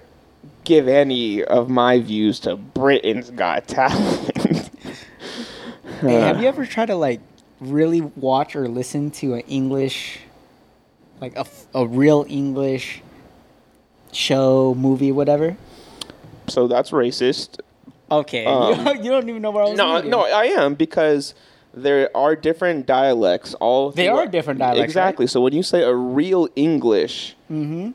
S1: give any of my views to Britain's Got Talent.
S2: Hey, have you ever tried to like really watch or listen to an English, like a, f- a real English show, movie, whatever?
S1: so that's racist.
S2: Okay, you, you don't even know where I was.
S1: Um, No,
S2: leading.
S1: no, I am because there are different dialects. All
S2: There
S1: throughout-
S2: are different dialects, right?
S1: Exactly. So when you say a real English,
S2: Mm-hmm.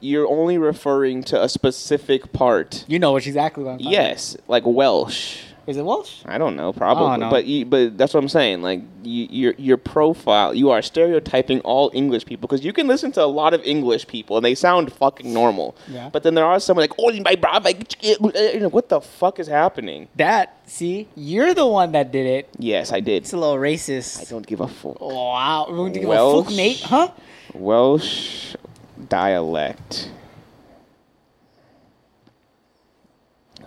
S1: you're only referring to a specific part.
S2: you know which exactly what I'm talking
S1: Yes, like Welsh.
S2: about. Is it Welsh?
S1: I don't know, probably,
S2: Oh, no.
S1: but you, but that's what I'm saying. Like you, your your profile, you are stereotyping all English people because you can listen to a lot of English people and they sound fucking normal.
S2: Yeah.
S1: But then there are some like, oh my brother, you know, what the fuck is happening?
S2: That see, you're the one that did it.
S1: Yes, I did.
S2: It's a little racist.
S1: I don't give a fuck.
S2: Wow, we're going to give a
S1: Welsh.
S2: fuck, Nate, huh?
S1: Welsh dialect.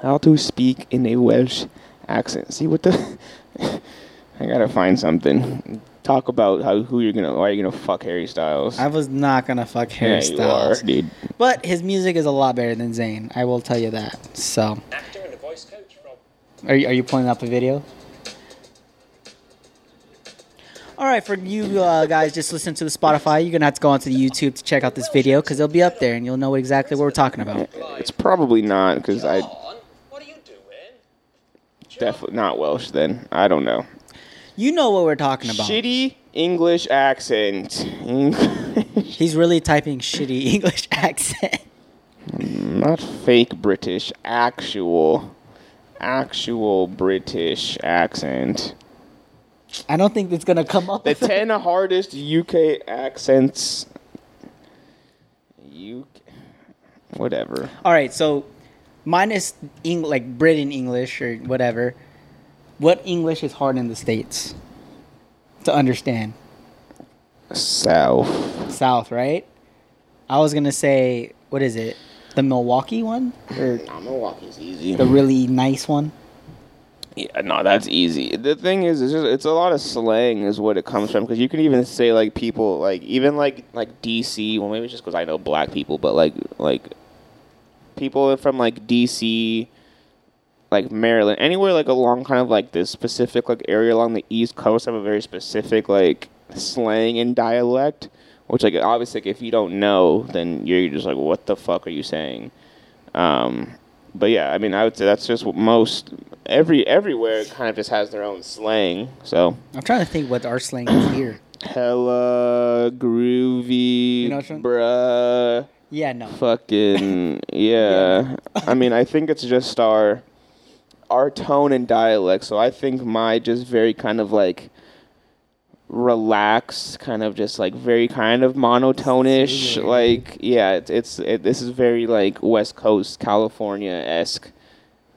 S1: How to speak in a Welsh accent? See what the. I gotta find something. Talk about how who you're gonna why you're gonna fuck Harry Styles.
S2: I was not gonna fuck Harry
S1: yeah,
S2: Styles,
S1: you are, dude.
S2: but his music is a lot better than Zayn. I will tell you that. So,
S3: Actor and a voice coach from
S2: are you, are you pulling up a video? All right, for you uh, guys, just listen to the Spotify. You're gonna have to go onto the YouTube to check out this video because it'll be up there, and you'll know exactly what we're talking about.
S1: It's probably not because I
S3: John. What are you doing?
S1: definitely not Welsh. Then I don't know.
S2: You know what we're talking about.
S1: Shitty English accent. English.
S2: He's really typing shitty English accent.
S1: Not fake British, actual, actual British accent.
S2: I don't think it's gonna come up.
S1: The 10 hardest UK accents. UK. Whatever.
S2: All right, so minus Eng- like Britain English or whatever, what English is hard in the states to understand?
S1: South.
S2: South, right? I was gonna say what is it? The Milwaukee one, or
S1: Nah, Milwaukee's easy.
S2: the really nice one?
S1: Yeah, no, that's easy. The thing is, it's, just, it's a lot of slang is what it comes from because you can even say like people like even like like DC. Well, maybe it's just because I know black people, but like like people from like DC, like Maryland, anywhere like along kind of like this specific like area along the East Coast have a very specific like slang and dialect, which like obviously like, if you don't know, then you're just like, what the fuck are you saying? Um, but yeah, I mean, I would say that's just what most every everywhere kind of just has their own slang. So
S2: I'm trying to think what our slang is here.
S1: hella groovy,
S2: You know which one?
S1: bruh,
S2: Yeah, no.
S1: fucking yeah. I mean, I think it's just our our tone and dialect. So I think my just very kind of like relaxed, kind of just like very kind of monotonish.
S2: Soothing.
S1: Like yeah, it's it's it, this is very like West Coast California esque.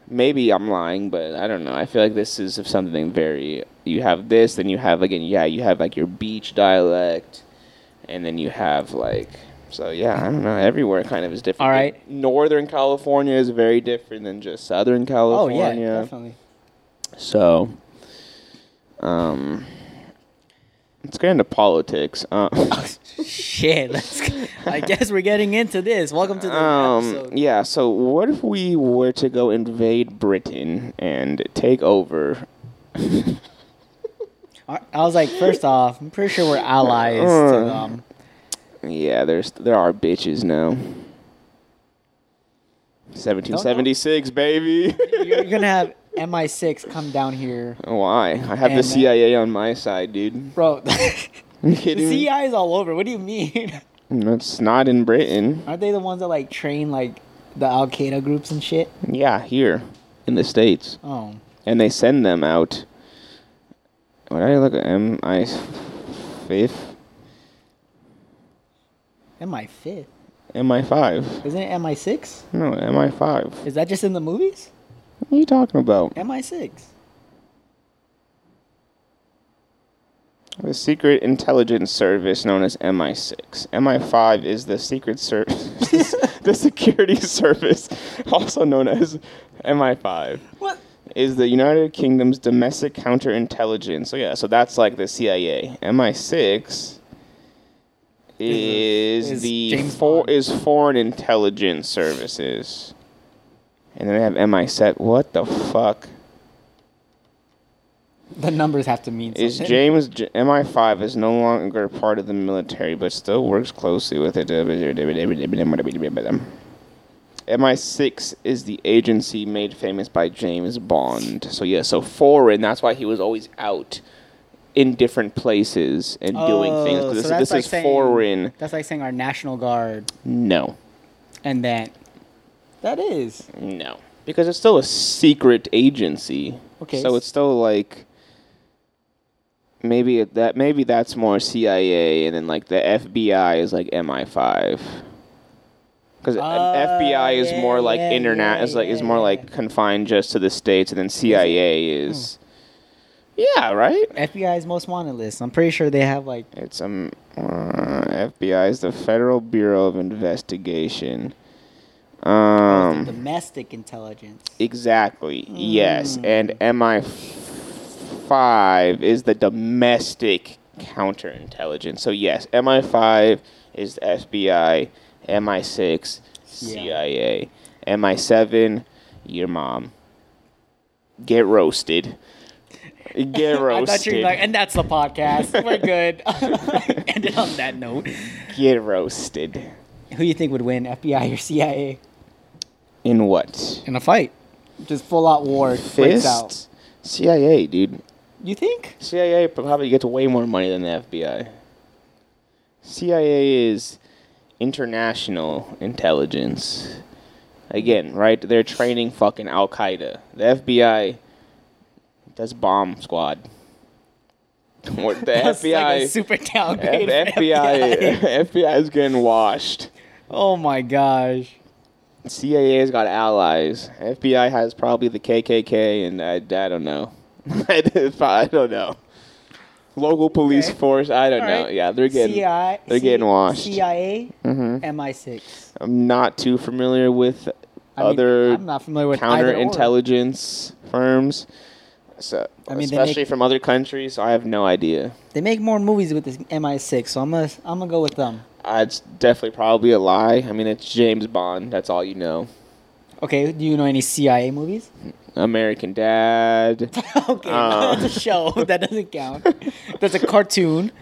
S1: Maybe I'm lying, but I don't know. I feel like this is something very. You have this, then you have again. Yeah, you have like your beach dialect, and then you have like. So yeah, I don't know. Everywhere kind of is different.
S2: All right.
S1: Northern California is very different than just Southern
S2: Oh
S1: California.
S2: yeah, definitely.
S1: So, um, let's get into politics. Uh,
S2: Shit, let's. I guess we're getting into this. Welcome to the
S1: um,
S2: episode.
S1: yeah. So, what if we were to go invade Britain and take over?
S2: I I was like, first off, I'm pretty sure we're allies to
S1: Uh.
S2: um, them.
S1: Yeah, there's there are bitches now. 1776, baby.
S2: You're gonna have MI6 come down here,
S1: Why? I have
S2: And
S1: the
S2: that-
S1: CIA on my side, dude.
S2: bro. the
S1: You kidding me?
S2: CI is all over. What do you mean?
S1: No, It's not in Britain.
S2: Aren't they the ones that like train like the Al Qaeda groups and shit?
S1: Yeah, here in the states.
S2: Oh,
S1: and they send them out. What did I look at? M I fifth?
S2: MI5.
S1: M I five?
S2: Isn't it MI6?
S1: No, M I five. What
S2: Is that just in the movies?
S1: are you talking about?
S2: MI6.
S1: The Secret Intelligence Service, known as MI six. MI five is the Secret Service, the Security Service, also known as MI five.
S2: What?
S1: is the United Kingdom's domestic counterintelligence. So yeah, so that's like the CIA. MI6 is,
S2: is
S1: the
S2: James
S1: for,
S2: Bond.
S1: is foreign intelligence services. And then they have MI7. What the fuck?
S2: The numbers have to mean something.
S1: Is James J- MI5 is no longer part of the military, but still works closely with it. MI6 is the agency made famous by James Bond. So yeah, so foreign. That's why he was always out in different places and doing things. 'cause
S2: Oh,
S1: This,
S2: so that's
S1: this
S2: like
S1: is
S2: saying-
S1: foreign.
S2: That's like saying our National Guard
S1: No,
S2: and that. That is.
S1: no, because it's still a secret agency.
S2: Okay,
S1: So
S2: s-
S1: it's still like maybe it, that maybe that's more CIA, and then like the FBI is like MI5. Because
S2: Ah,
S1: FBI is
S2: yeah,
S1: more like
S2: yeah,
S1: internet
S2: yeah,
S1: is like is
S2: yeah,
S1: more
S2: yeah. Hmm.
S1: like confined just to the states, and then CIA is, yeah, right.
S2: FBI's most wanted list. I'm pretty sure they have like
S1: It's um uh, FBI is the Federal Bureau of Investigation. Um,
S2: domestic intelligence.
S1: Exactly. Yes, and MI MI5 is the domestic counterintelligence. So yes, MI5 is the FBI, MI6 CIA, MI7 your mom. Get roasted. Get
S2: I thought you were
S1: roasted.
S2: like, and that's the podcast. We're good. Ended on that note.
S1: Get roasted.
S2: Who do you think would win, FBI or CIA,
S1: In what?
S2: in a fight? Just full out war breaks out.
S1: Fist? CIA, dude.
S2: You think?
S1: CIA probably gets way more money than the FBI. CIA is international intelligence. Again, right? They're training fucking Al Qaeda. The FBI, that's bomb squad. Or the
S2: That's like
S1: FBI,
S2: a super downgrade.
S1: F-
S2: of
S1: FBI, FBI is getting washed.
S2: Oh my gosh.
S1: CIA's got allies. FBI has probably the KKK, and I, I don't know. I don't know. Local police
S2: Okay.
S1: force, I don't know.
S2: Alright.
S1: Yeah, they're getting.
S2: CI
S1: they're getting washed.
S2: CIA, MI6.
S1: I'm not too familiar with
S2: I mean,
S1: other
S2: I'm not familiar with either or.
S1: counterintelligence firms, so,
S2: I mean, they make-
S1: especially from other countries. I have no idea.
S2: They make more movies with this MI6, so I'm gonna I'm gonna go with them.
S1: Uh, It's definitely probably a lie. I mean, it's James Bond. That's all you know.
S2: Okay, do you know any CIA movies?
S1: American Dad.
S2: okay,
S1: Uh.
S2: that's a show that doesn't count. That's a cartoon.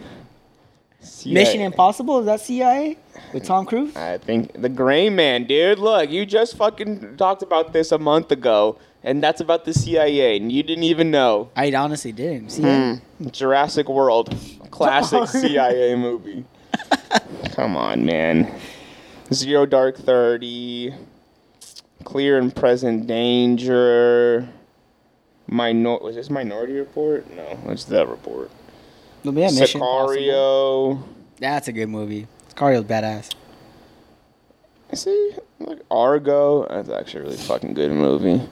S2: Mission
S1: CIA.
S2: Impossible is that CIA with Tom Cruise?
S1: I think the Gray Man, dude. Look, you just fucking talked about this a month ago, and that's about the CIA, and you didn't even know.
S2: I honestly didn't. See,
S1: Hmm. Jurassic World, classic
S2: Come on.
S1: CIA movie. Come on, man. Zero Dark Thirty, Clear and Present Danger. Minor was this Minority Report? No, it's that report.
S2: yeah, Mission Impossible.
S1: Sicario.
S2: That's a good movie. Sicario's badass.
S1: See, like Argo, that's actually a really fucking good movie.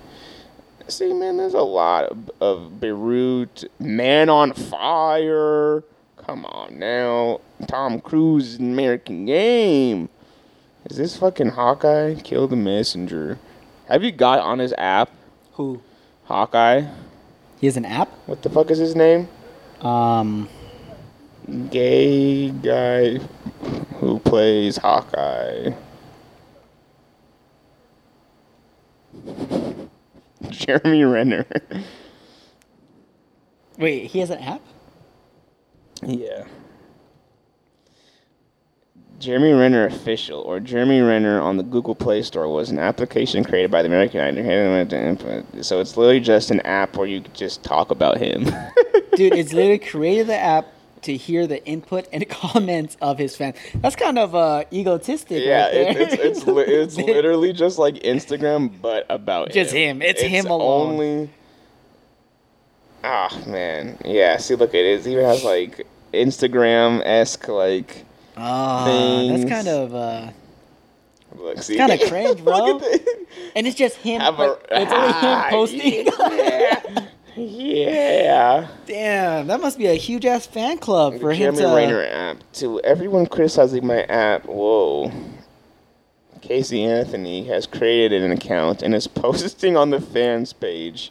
S1: See, man, there's a lot of, of Beirut, Man on Fire. Come on now, Tom Cruise, in American Game. Is this fucking Hawkeye? Kill the Messenger. Have you got on his app
S2: Who?
S1: Hawkeye?
S2: He has an app.
S1: What the fuck is his name?
S2: Um,
S1: Gay guy who plays Hawkeye. Jeremy Renner.
S2: wait, he has an app.
S1: yeah. Jeremy Renner Official or Jeremy Renner on the Google Play Store was an application created by the American Idol. So it's literally just an app where you could just talk about him.
S2: dude it's literally created the app to hear the input and comments of his fans that's kind of uh egotistic
S1: Yeah,
S2: right there.
S1: it, it's it's li- it's literally just like Instagram, but about
S2: Just him. It's him alone.
S1: Only. Ah man, yeah. See, look, it is even has like Instagram esque like.
S2: Ah, that's
S1: things.
S2: kind of uh
S1: Look, see,
S2: kinda cringe, bro.
S1: look at the-
S2: and it's just him
S1: Have
S2: like,
S1: a,
S2: it's only him
S1: Ah,
S2: posting
S1: Yeah, yeah.
S2: damn that must be a huge ass fan club for
S1: the
S2: him
S1: Jeremy
S2: to
S1: Renner app to everyone criticizing my app. Whoa. Casey Anthony has created an account and is posting on the fans page.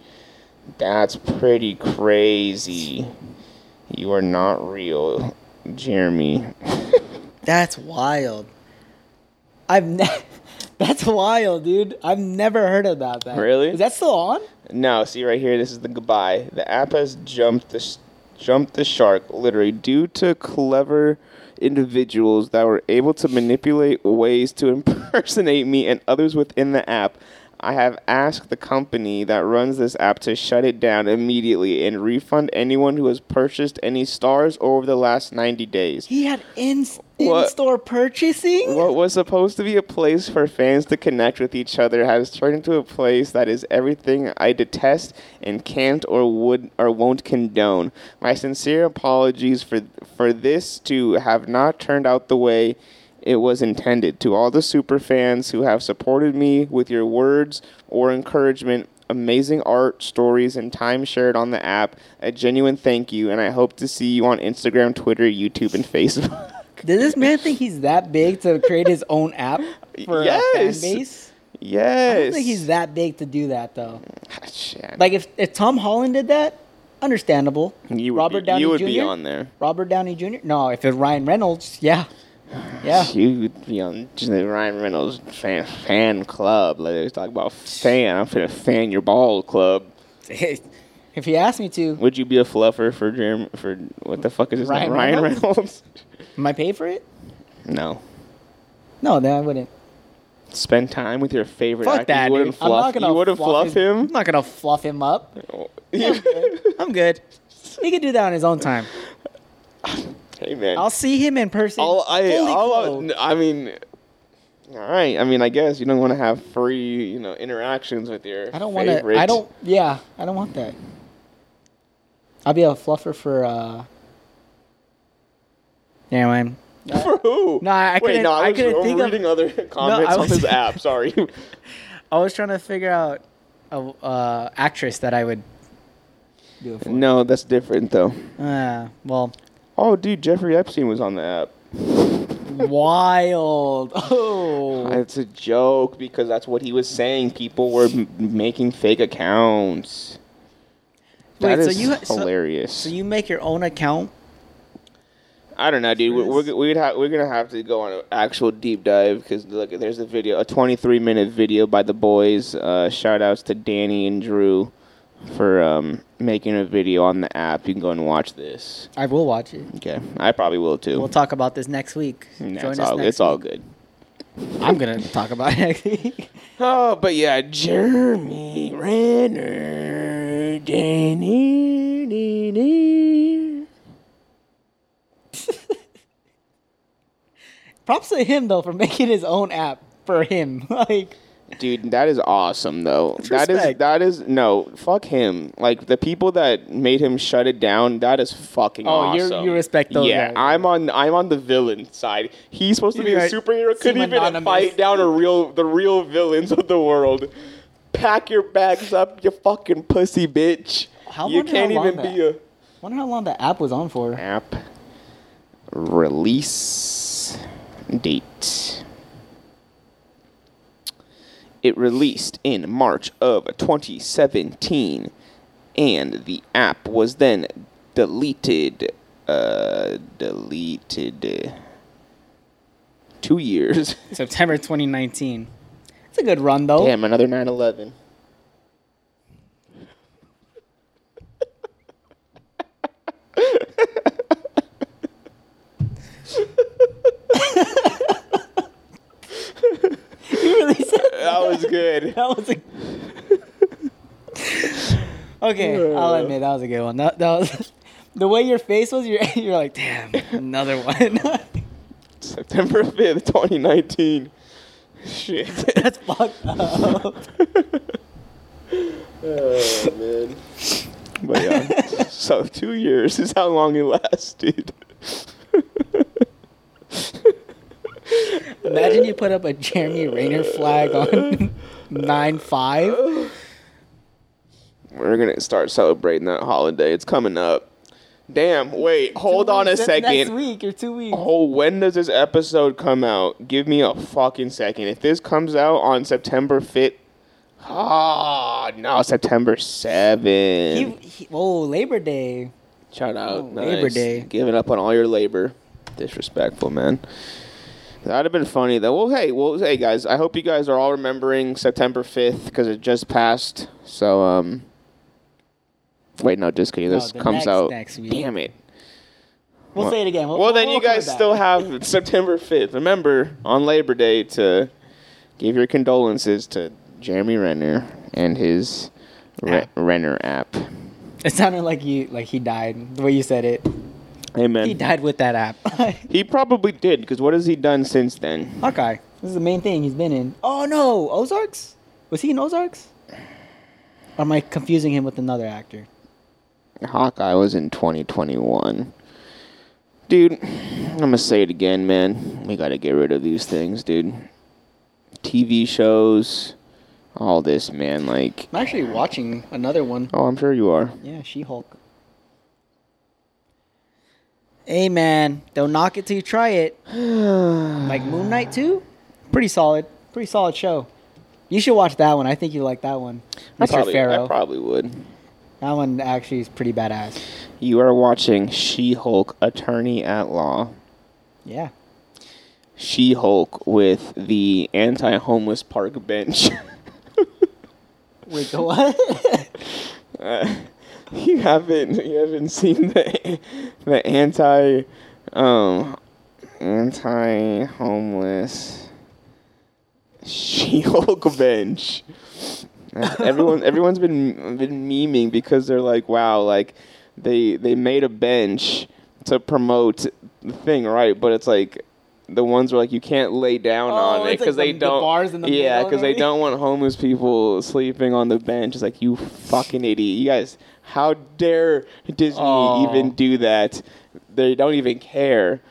S1: That's pretty crazy. You are not real, Jeremy.
S2: that's wild i've ne- that's wild dude i've never heard about that
S1: Really?
S2: is that still on
S1: No, see right here. This is the goodbye. The app has jumped the sh- jumped the shark, literally, due to clever individuals that were able to manipulate ways to impersonate me and others within the app. I have asked the company that runs this app to shut it down immediately and refund anyone who has purchased any stars over the last 90 days.
S2: he had in-
S1: What?
S2: in-store purchasing
S1: What was supposed to be a place for fans to connect with each other has turned into a place that is everything I detest and can't or would or won't condone. My sincere apologies for for this to have not turned out the way it was intended. To all the super fans who have supported me with your words or encouragement, amazing art, stories, and time shared on the app, a genuine thank you, and I hope to see you on Instagram, Twitter, YouTube, and Facebook.
S2: Does this man think he's that big to create his own app for a fan
S1: Yes.
S2: base?
S1: Yes.
S2: I don't think he's that big to do that though.
S1: Ah, shit.
S2: Like if, if Tom Holland did that, understandable.
S1: You would
S2: Robert
S1: be,
S2: Downey
S1: you would
S2: Jr.
S1: be on there.
S2: Robert Downey Jr. No, if it's Ryan Reynolds, yeah, yeah.
S1: You would be on just the Ryan Reynolds fan fan club. Like they was talking about fan. I'm finna fan your ball club.
S2: if he asked me to,
S1: Would you be a fluffer for Jeremy? For what the fuck is his
S2: Ryan
S1: name? Ryan
S2: Reynolds?
S1: Reynolds.
S2: am I paid for it?
S1: no.
S2: No, then I wouldn't.
S1: Spend time with your favorite
S2: Fuck
S1: actor.
S2: that.
S1: you wouldn't
S2: dude.
S1: fluff.
S2: I'm not gonna
S1: you wouldn't fluff,
S2: his- I'm
S1: him.
S2: not gonna fluff him up. I'm good. I'm good. He can do that on his own time.
S1: hey man.
S2: I'll see him in person.
S1: all I,
S2: fully
S1: all
S2: clothed.
S1: I, I mean, all right. I mean, I guess you don't want to have free, you know, interactions with your.
S2: I don't want
S1: want
S2: to. I don't. Yeah, I don't want that. I'll be a fluffer for. uh Never mind.
S1: For who?
S2: No, I-
S1: Wait,
S2: I couldn't-
S1: no, I,
S2: I
S1: was
S2: couldn't think of-
S1: reading other comments on
S2: was-
S1: this app. Sorry.
S2: I was trying to figure out a uh, actress that I would do it for.
S1: no, that's different though.
S2: Uh, well,
S1: Oh, dude, Jeffrey Epstein was on the app.
S2: wild. Oh,
S1: It's a joke because that's what he was saying. People were m- making fake accounts.
S2: Wait,
S1: That
S2: so
S1: is
S2: you- so-
S1: hilarious.
S2: so you make your own account?
S1: I don't know, dude. We're,
S2: Chris?
S1: we're, we'd ha- we're gonna have to go on an actual deep dive because look, there's a video, a 23 minute video by the boys. Uh, shout outs to Danny and Drew for um, making a video on the app. You can go and watch this.
S2: I will watch it.
S1: Okay, I probably will too.
S2: We'll talk about this next week.
S1: Nah,
S2: Join
S1: it's
S2: us
S1: all,
S2: next
S1: it's all
S2: week.
S1: good.
S2: I'm gonna talk about it next week.
S1: Oh, but yeah, Jeremy Renner, Danny. nee, nee.
S2: Props to him though for making his own app for him. Like,
S1: Dude, that is awesome though. That is
S2: respect.
S1: that is no, fuck him. Like the people that made him shut it down, that is fucking
S2: Oh,
S1: awesome.
S2: you're- you respect those
S1: Yeah,
S2: guys.
S1: I'm on I'm on the villain side. He's supposed to be
S2: You're
S1: a superhero, couldn't
S2: Team
S1: even
S2: Anonymous.
S1: fight down a real the real villains of the world. Pack your bags up, you fucking pussy bitch.
S2: How-
S1: you
S2: wonder how
S1: can't
S2: long
S1: even be a
S2: wonder how long the app was on for.
S1: app release date. It released in March of 2017, and the app was then deleted. Uh, deleted. Two years.
S2: September 2019. It's a good run though.
S1: Damn, another 9/11.
S2: You really said that.
S1: That was good.
S2: That was a. okay, I'll admit that was a good one. That, that was the way your face was. You're you're like, damn, another one.
S1: September 5th, 2019. Shit.
S2: That's fucked up.
S1: Oh man. But yeah. so two years is how long it lasted.
S2: Imagine you put up a Jeremy Rayner flag on nine five.
S1: We're gonna start celebrating that holiday. It's coming up. Damn, wait, hold on a
S2: Next
S1: second.
S2: week or two weeks.
S1: Oh, when does this episode come out? Give me a fucking second. If this comes out on September 5th, ah, no, September 7th.
S2: He, he, oh, Labor Day.
S1: Shout out.
S2: Oh, Labor Day.
S1: Giving up on all your labor. Disrespectful, man. That'd have been funny though. Well, hey, well, hey guys. I hope you guys are all remembering September fifth because it just passed. So, um, wait, no, just kidding.
S2: No,
S1: This
S2: Oh, the
S1: comes
S2: next-
S1: out.
S2: next week.
S1: Damn it.
S2: We'll
S1: Well-
S2: say it again. We'll-
S1: Well, then
S2: we'll
S1: you
S2: come
S1: guys
S2: back.
S1: still have September fifth. Remember on Labor Day to give your condolences to Jeremy Renner and his Re- Renner app.
S2: It sounded like you, like he died. The way you said it,
S1: Amen.
S2: he died with that app.
S1: He probably did, because what has he done since then?
S2: Hawkeye. This is the main thing he's been in. Oh no, Ozarks. Was he in Ozarks? Or am I confusing him with another actor?
S1: Hawkeye was in 2021. Dude, I'm going to say it again, man. We got to get rid of these things, dude. TV shows, all this, man. Like,
S2: I'm actually watching another one.
S1: oh, I'm sure you are.
S2: Yeah, She Hulk. Hey man, don't knock it till you try it. like Moon Knight too, pretty solid, pretty solid show. You should watch that one. I think you like that one,
S1: I
S2: Mr.
S1: probably, I
S2: Pharaoh.
S1: probably would.
S2: That one actually is pretty badass.
S1: You are watching She Hulk Attorney at Law.
S2: Yeah.
S1: She Hulk with the anti homeless park bench.
S2: Wait, the what?
S1: Uh, you haven't you haven't seen the the anti um anti homeless She Hulk bench. Uh, Everyone everyone's been been memeing because they're like, wow, like they they made a bench to promote the thing, right? But it's like the ones where like you can't lay down
S2: Oh,
S1: on it
S2: it's like
S1: because
S2: the-
S1: they
S2: the
S1: don't
S2: bars in the
S1: yeah
S2: middle and
S1: because they
S2: everything.
S1: don't want homeless people sleeping on the bench. It's like you fucking idiot, you guys. How dare Disney
S2: Oh.
S1: even do that? They don't even care.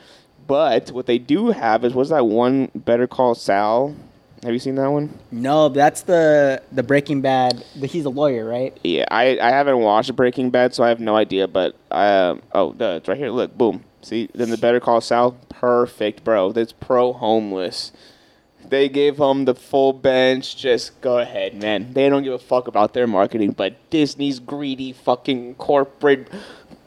S1: But what they do have is what's that one Better Call Sal? Have you seen that one?
S2: no, that's the the Breaking Bad. The, he's a lawyer, right?
S1: Yeah, I, I haven't watched Breaking Bad, so I have no idea. But um, oh, no, it's right here. Look, boom. See, then the Better Call Sal, perfect, bro. That's pro homeless. They give him the full bench. Just go ahead, man. They don't give a fuck about their marketing, but Disney's greedy fucking corporate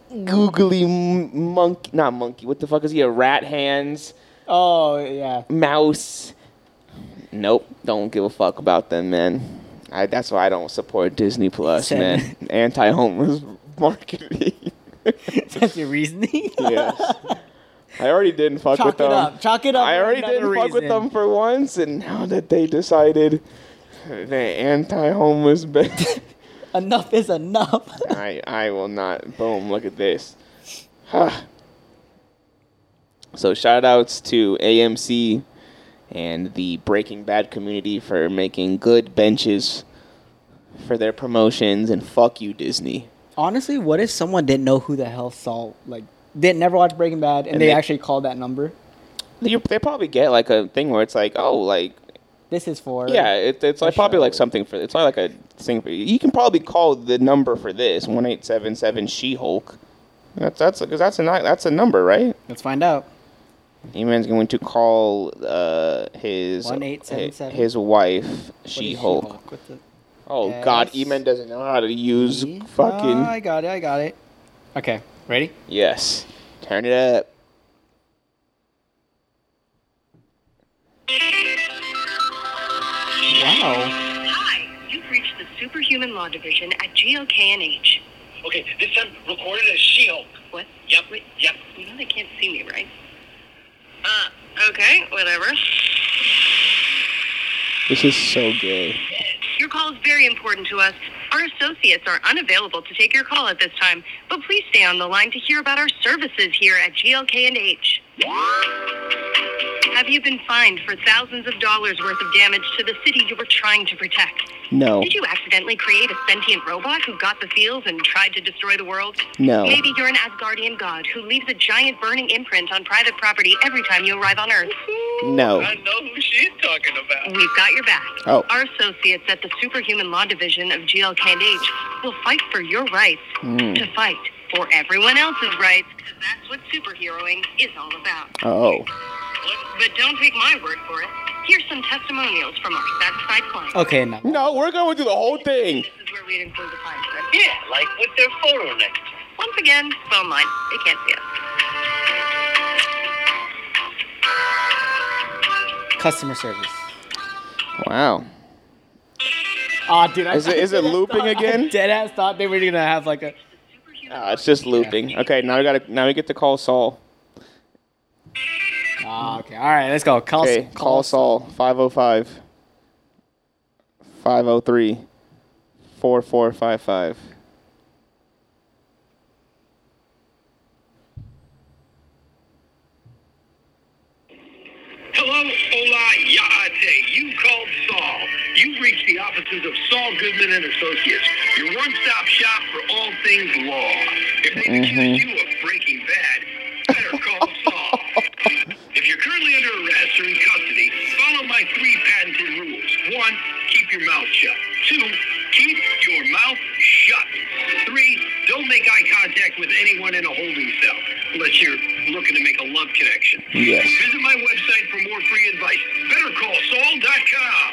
S1: googly m- monkey, not monkey. What the fuck is he? A rat hands
S2: Oh yeah.
S1: mouse. Nope, don't give a fuck about them, man. I, that's why I don't support Disney Plus,
S2: Same.
S1: man. Anti homeless marketing.
S2: That's your reasoning.
S1: yes. I already didn't fuck
S2: Chalk
S1: with
S2: it
S1: them.
S2: up. Chalk it up.
S1: I
S2: for
S1: already
S2: another
S1: didn't fuck with
S2: reason.
S1: them for once, and now that they decided the anti homeless bet,
S2: Enough is enough.
S1: I, I will not. Boom, look at this. Huh. So, shout outs to AMC and the Breaking Bad community for making good benches for their promotions, and fuck you, Disney.
S2: Honestly, what if someone didn't know who the hell saw like didn't never watch Breaking Bad and,
S1: And
S2: they,
S1: they-
S2: actually called that number?
S1: You, they probably get like a thing where it's like, oh, like
S2: This is for
S1: Yeah, it, it's like probably
S2: sure.
S1: like something for. It's not like a thing for you. You can probably call the number for this one eight seven seven She Hulk. That's that's because that's a ni- that's a number, right?
S2: Let's find out.
S1: Eman's going to call uh, his
S2: 1877.
S1: his wife
S2: What
S1: She
S2: is
S1: Hulk.
S2: She-Hulk with the-
S1: Oh God,
S2: Yes.
S1: Eman doesn't know how to use
S2: Oh,
S1: fucking
S2: I got it. I got it. Okay, ready?
S1: yes. Turn it up.
S2: Wow.
S4: Hi, you've reached the Superhuman Law Division at GLKNH.
S3: Okay, this time recorded as She-Hulk.
S4: What?
S3: Yep,
S4: Wait,
S3: yep.
S4: you know they can't see me, right? Uh, okay, whatever.
S1: This is so gay.
S4: Your call is very important to us. Our associates are unavailable to take your call at this time, but please stay on the line to hear about our services here at GLKNH. Have you been fined for thousands of dollars worth of damage to the city you were trying to protect?
S1: No,
S4: Did you accidentally create a sentient robot who got the feels and tried to destroy the world?
S1: No.
S4: Maybe you're an Asgardian god who leaves a giant burning imprint on private property every time you arrive on Earth.
S1: no.
S3: I know who she's talking about.
S4: We've got your back.
S1: Oh.
S4: Our associates at the Superhuman Law Division of GLKH will fight for your rights
S1: Hmm.
S4: to fight for everyone else's rights. 'cause That's what superheroing is all about.
S1: Oh,
S4: But don't take my word for it. Here's some testimonials from our satisfied clients.
S2: Okay, now.
S1: no. We're going through the whole thing.
S4: This is where we'd include the clients.
S3: Yeah, like with their photo next to
S4: Once again, phone line. They can't see us.
S2: Customer service.
S1: Wow.
S2: Ah, dude. I
S1: Is it is it looping again?
S2: Dead ass thought they were gonna have like a.
S1: Ah, it's just looping. Okay, now we got to now we get to call Saul.
S2: Ah, okay. All right, let's go. Call.
S1: Okay, call Saul 505 503 4455.
S3: Hello, Ola Yaate. You called Saul. You've reached the offices of Saul Goodman and Associates, your one-stop shop for all things law. If they accuse you of breaking bad, better call Saul. if you're currently under arrest or in custody, follow my three patented rules. One, keep your mouth shut. Two, keep your mouth shut. Three, don't make eye contact with anyone in a holding cell unless you're looking to make a love connection.
S1: Yes.
S3: Visit my website for more free advice. BetterCallSaul.com.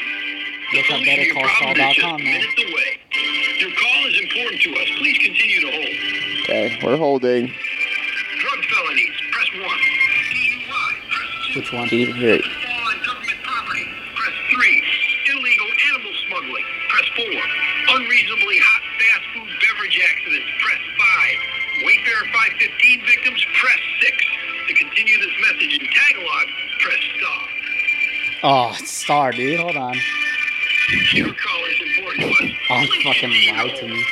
S3: The
S2: Look up
S3: solution to your problem is just
S2: bettercallsaul.com, man.
S3: Minutes away. Your call is important. informed to us. Please continue to hold.
S1: Okay, we're holding.
S3: Drug felonies, press 1. DUI, press 2.
S2: Which one?
S1: Can't even hear it.
S3: Fall on government property, press 3. Illegal animal smuggling, press 4. Unreasonably hot fast food beverage accidents, press 5. Wayfair 515 victims, press 6. To continue this message in Tagalog, press star.
S2: Oh, it's star, dude. Hold on.
S3: Your call is important to us.
S2: Oh,
S3: Please
S2: fucking
S3: continue
S2: lied
S3: hold.
S2: to me.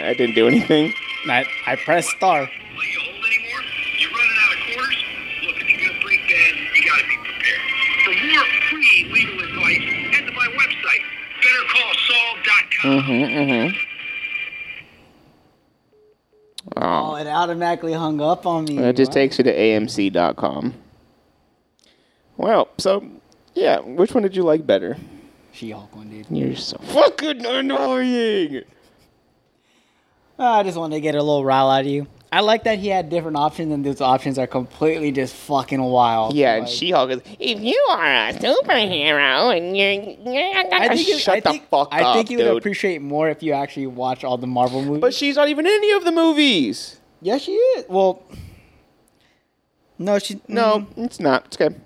S1: I didn't do anything.
S2: I, I pressed star.
S3: Will you hold anymore? You're running out of quarters? Look, if you're gonna break bad, you gotta be prepared. For more free legal advice, head to my website, bettercallsaul.com.
S2: Mm-hmm. Oh, it automatically hung up on me.
S1: It just
S2: Wow.
S1: takes you to amc.com. Well, so yeah, which one did you like better?
S2: She Hulk one, dude.
S1: You're so fucking annoying.
S2: I just wanted to get a little rile out of you. I like that he had different options, and those options are completely just fucking wild.
S1: Yeah, and
S2: Like,
S1: She Hulk is. If you are a superhero and you're, you're
S2: I think it,
S1: shut
S2: I
S1: the
S2: think,
S1: fuck
S2: I
S1: up,
S2: think you
S1: dude.
S2: would appreciate more if you actually watch all the Marvel movies.
S1: but she's not even in any of the movies.
S2: yeah, she is. Well, no, she
S1: No,
S2: mm.
S1: it's not. It's good.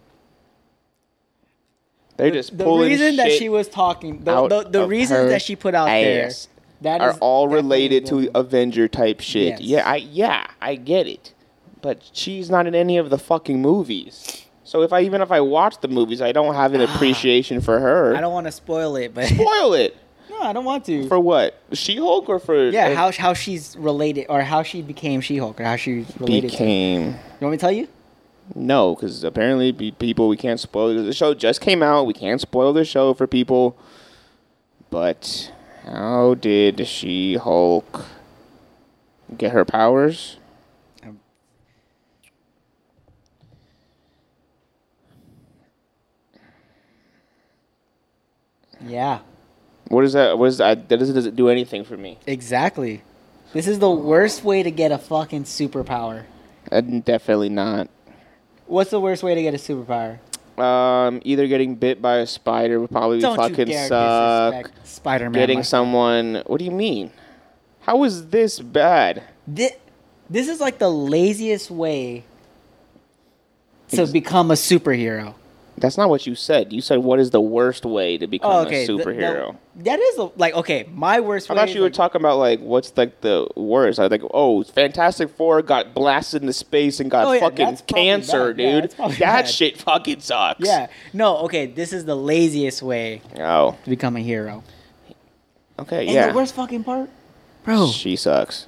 S1: They're just
S2: The
S1: pulling
S2: reason that
S1: shit
S2: she was talking, the
S1: out
S2: the, the
S1: of
S2: reasons
S1: her
S2: that she put out there,
S1: ass
S2: that
S1: are
S2: is
S1: all
S2: definitely
S1: related
S2: them.
S1: to Avenger type shit.
S2: Yes.
S1: Yeah, I yeah, I get it. But she's not in any of the fucking movies. So if I even if I watch the movies, I don't have an appreciation for her.
S2: I don't want to spoil it, but
S1: spoil it.
S2: no, I don't want to.
S1: For what? She Hulk or for
S2: yeah,
S1: uh,
S2: how how she's related or how she became She-Hulk or how she's related. to-
S1: became?
S2: You want me to tell you?
S1: No, because apparently pe- people we can't spoil it. the show just came out. We can't spoil the show for people. But how did She Hulk get her powers?
S2: Yeah,
S1: What is that? What is that? That doesn't, doesn't do anything for me.
S2: exactly. This is the worst way to get a fucking superpower.
S1: Uh, definitely not.
S2: What's the worst way to get a superpower?
S1: Um, either getting bit by a spider would probably
S2: Don't you
S1: fucking
S2: dare
S1: suck.
S2: disrespect Spider-Man.
S1: Getting
S2: like-
S1: someone. What do you mean? How is this bad?
S2: Thi- this is like the laziest way to become a superhero.
S1: That's not what you said. You said what is the worst way to become
S2: Oh, okay.
S1: a
S2: th- the-
S1: superhero?
S2: that is a, like okay. My worst.
S1: I
S2: way
S1: thought
S2: is
S1: you were
S2: like-
S1: talking about like what's like the worst. I was like, oh, Fantastic Four got blasted into space and got
S2: Oh, yeah,
S1: fucking
S2: that's probably
S1: cancer,
S2: bad. Yeah,
S1: dude.
S2: that's probably
S1: that
S2: bad.
S1: shit fucking sucks.
S2: Yeah. No. Okay. This is the laziest way
S1: Oh.
S2: to become a hero.
S1: Okay.
S2: And
S1: yeah.
S2: the worst Oh. fucking part, bro.
S1: She sucks.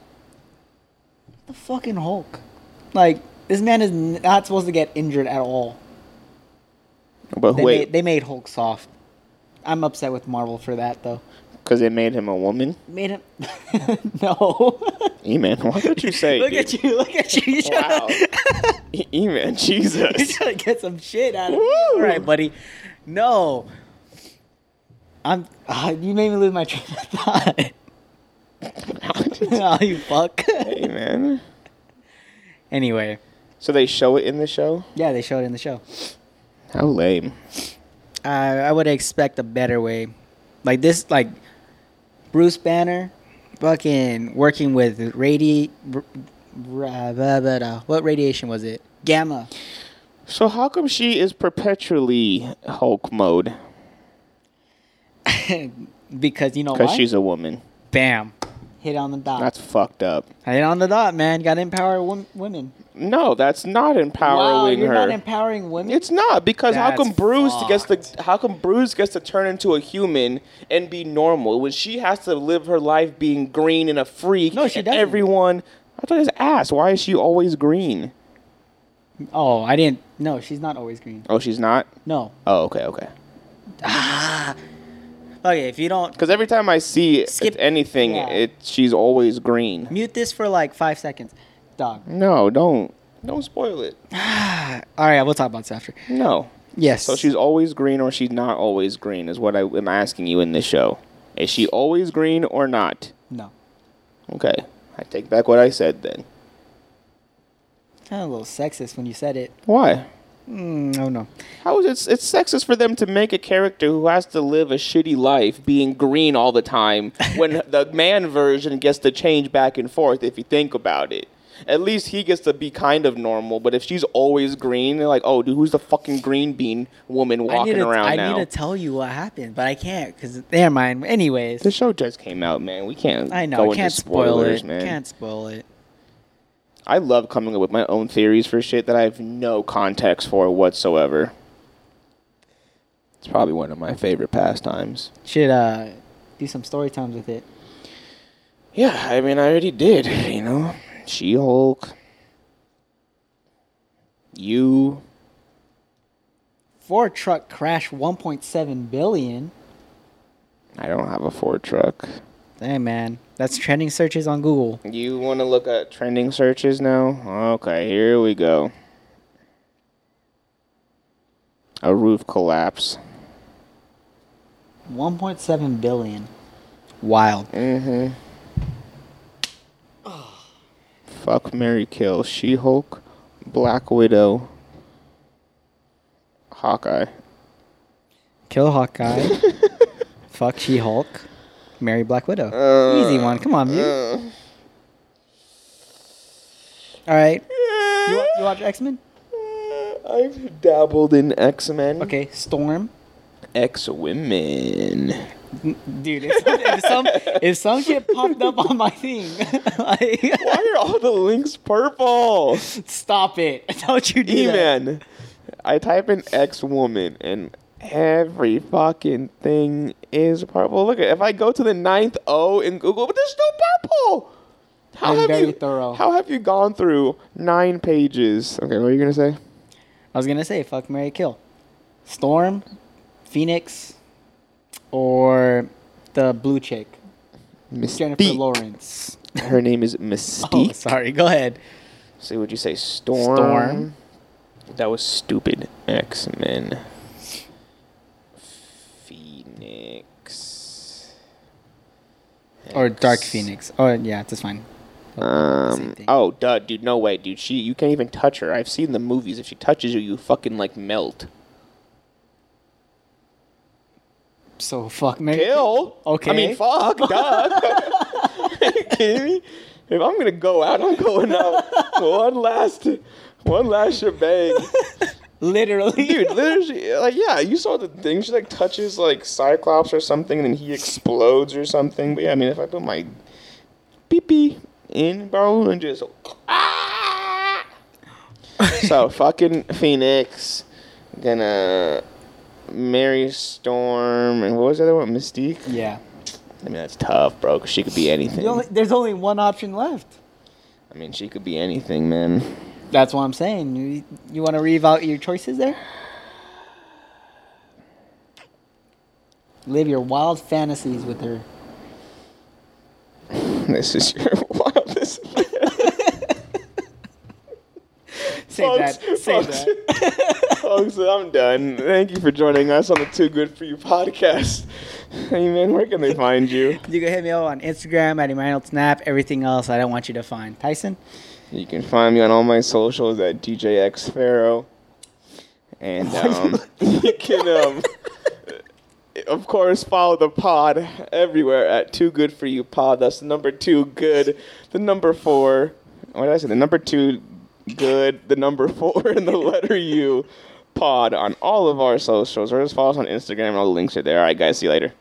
S2: The fucking Hulk. Like this man is not supposed to get injured at all.
S1: But
S2: They
S1: wait,
S2: made, they made Hulk soft. I'm upset with Marvel for that though.
S1: because they made him a woman.
S2: Made him no.
S1: E man, why don't you say?
S2: look
S1: dude?
S2: at you! Look at you! You're
S1: Wow.
S2: trying to-
S1: E- E-man,
S2: You're
S1: Jesus.
S2: trying to get some shit out of me.
S1: Woo!
S2: All right, buddy. No. I'm. Uh, you made me lose my train of thought. oh, you fuck.
S1: hey, man.
S2: anyway,
S1: So they show it in the show?
S2: yeah, they showed it in the show.
S1: How lame.
S2: Uh, I would expect a better way. Like this, like Bruce Banner, fucking working with radi. r- ra- blah, blah, blah. What radiation was it? Gamma.
S1: So how come she is perpetually Hulk mode?
S2: Because you know
S1: Because
S2: what?
S1: she's a woman.
S2: bam. Hit on the dot.
S1: That's fucked up.
S2: Hit on the dot, man. Got to empower wom- women.
S1: No, that's not
S2: Wow,
S1: empowering
S2: you're
S1: her.
S2: not empowering women.
S1: it's not because how come
S2: That's
S1: Bruce gets
S2: fucked.
S1: to how come Bruce gets to turn into a human and be normal when she has to live her life being green and a freak?
S2: No, she
S1: and
S2: doesn't.
S1: Everyone, I thought his ass. Why is she always green?
S2: oh, I didn't. No, she's not always green.
S1: Oh, she's not.
S2: No.
S1: Oh, okay, okay.
S2: Okay, if you don't
S1: Because every time I see
S2: Skip-
S1: anything,
S2: yeah.
S1: it she's always green.
S2: mute this for like five seconds, dog.
S1: No, don't don't spoil it.
S2: All right, we'll talk about this after.
S1: No.
S2: Yes.
S1: So she's always green or she's not always green is what I am asking you in this show. Is she always green or not?
S2: no.
S1: Okay, I take back what I said then.
S2: Kind of a little sexist when you said it.
S1: Why?
S2: Mm, oh no.
S1: How is it? It's sexist for them to make a character who has to live a shitty life being green all the time when the man version gets to change back and forth if you think about it. At least he gets to be kind of normal, but if she's always green, they're like, oh, dude, who's the fucking green bean woman
S2: I need
S1: walking
S2: to,
S1: around
S2: I
S1: now?
S2: need to tell you what happened, but I can't because never mind. Anyways,
S1: the show just came out, man. We can't.
S2: I
S1: go
S2: know. Can't
S1: into
S2: spoil
S1: spoilers,
S2: it.
S1: man.
S2: Can't spoil it.
S1: I love coming up with my own theories for shit that I have no context for whatsoever. It's probably one of my favorite pastimes.
S2: Should uh, do some story times with it.
S1: Yeah, I mean, I already did, you know. She Hulk. You.
S2: Ford truck crash 1.7 billion.
S1: I don't have a Ford truck.
S2: Hey man, that's trending searches on Google.
S1: You want to look at trending searches now? Okay, here we go. A roof collapse.
S2: 1.7 billion. Wild.
S1: Fuck Mary Kill. She Hulk. Black Widow. Hawkeye.
S2: Kill Hawkeye. Fuck She Hulk. Marry Black Widow. Easy one. Come on, dude. All right. You, wa- you watch X Men?
S1: I've dabbled in X Men.
S2: Okay, Storm.
S1: X Women.
S2: Dude, if some, if some if some shit popped up on my thing, like,
S1: Why are all the links purple?
S2: stop it! Don't you do
S1: E
S2: that?
S1: Man. I type in X woman and every fucking thing is purple. Look, if I go to the ninth O in Google, but there's no purple. How
S2: I'm
S1: have
S2: very
S1: you,
S2: thorough.
S1: How have you gone through nine pages? Okay, what are you gonna say?
S2: I was gonna say fuck Mary Kill, Storm, Phoenix, or the blue chick
S1: Mystique.
S2: Jennifer Lawrence.
S1: Her name is
S2: Oh,
S1: Mystique.
S2: sorry. Go ahead.
S1: so would you say Storm?
S2: Storm.
S1: That was stupid. X Men. Phoenix.
S2: Or Dark
S1: X.
S2: Phoenix. Oh yeah, that's fine.
S1: Um,
S2: thing.
S1: oh, duh, dude, no way, dude. She, you can't even touch her. I've seen the movies. If she touches you, you fucking like melt.
S2: So fuck Mary.
S1: Kill. I
S2: Okay.
S1: mean, fuck, duh. Are you kidding me? If I'm gonna go out, I'm going out. one last, one last shebang,
S2: Literally.
S1: dude. Literally, like, yeah, you saw the thing. She like touches like Cyclops or something, and then he explodes or something. But yeah, I mean, if I put my pee pee in, bro, and just ah! so fucking Phoenix gonna marry Storm and what was the other one? Mystique.
S2: Yeah.
S1: I mean that's tough, bro. 'cause she could be anything.
S2: The only, there's only one option left.
S1: I mean she could be anything, man.
S2: That's what I'm saying. You, you want to reevaluate your choices there? Live your wild fantasies with her.
S1: This is your wildest.
S2: Say
S1: Folks,
S2: that. Say
S1: folks.
S2: that.
S1: Folks, Oh, I'm done. Thank you for joining us on the Too Good for You podcast. Hey man, where can they find you?
S2: You can hit me up on Instagram at Emmanuel Snap. Everything else I don't want you to find. Tyson?
S1: You can find me on all my socials at DJX Pharaoh. And um, you can, um, of course, follow the pod everywhere at Too Good For You Pod. That's the number two good, the number four. What did I say? The number two good, the number four, and the letter U pod on all of our socials. Or just follow us on Instagram. All the links are there. All right, guys. See you later.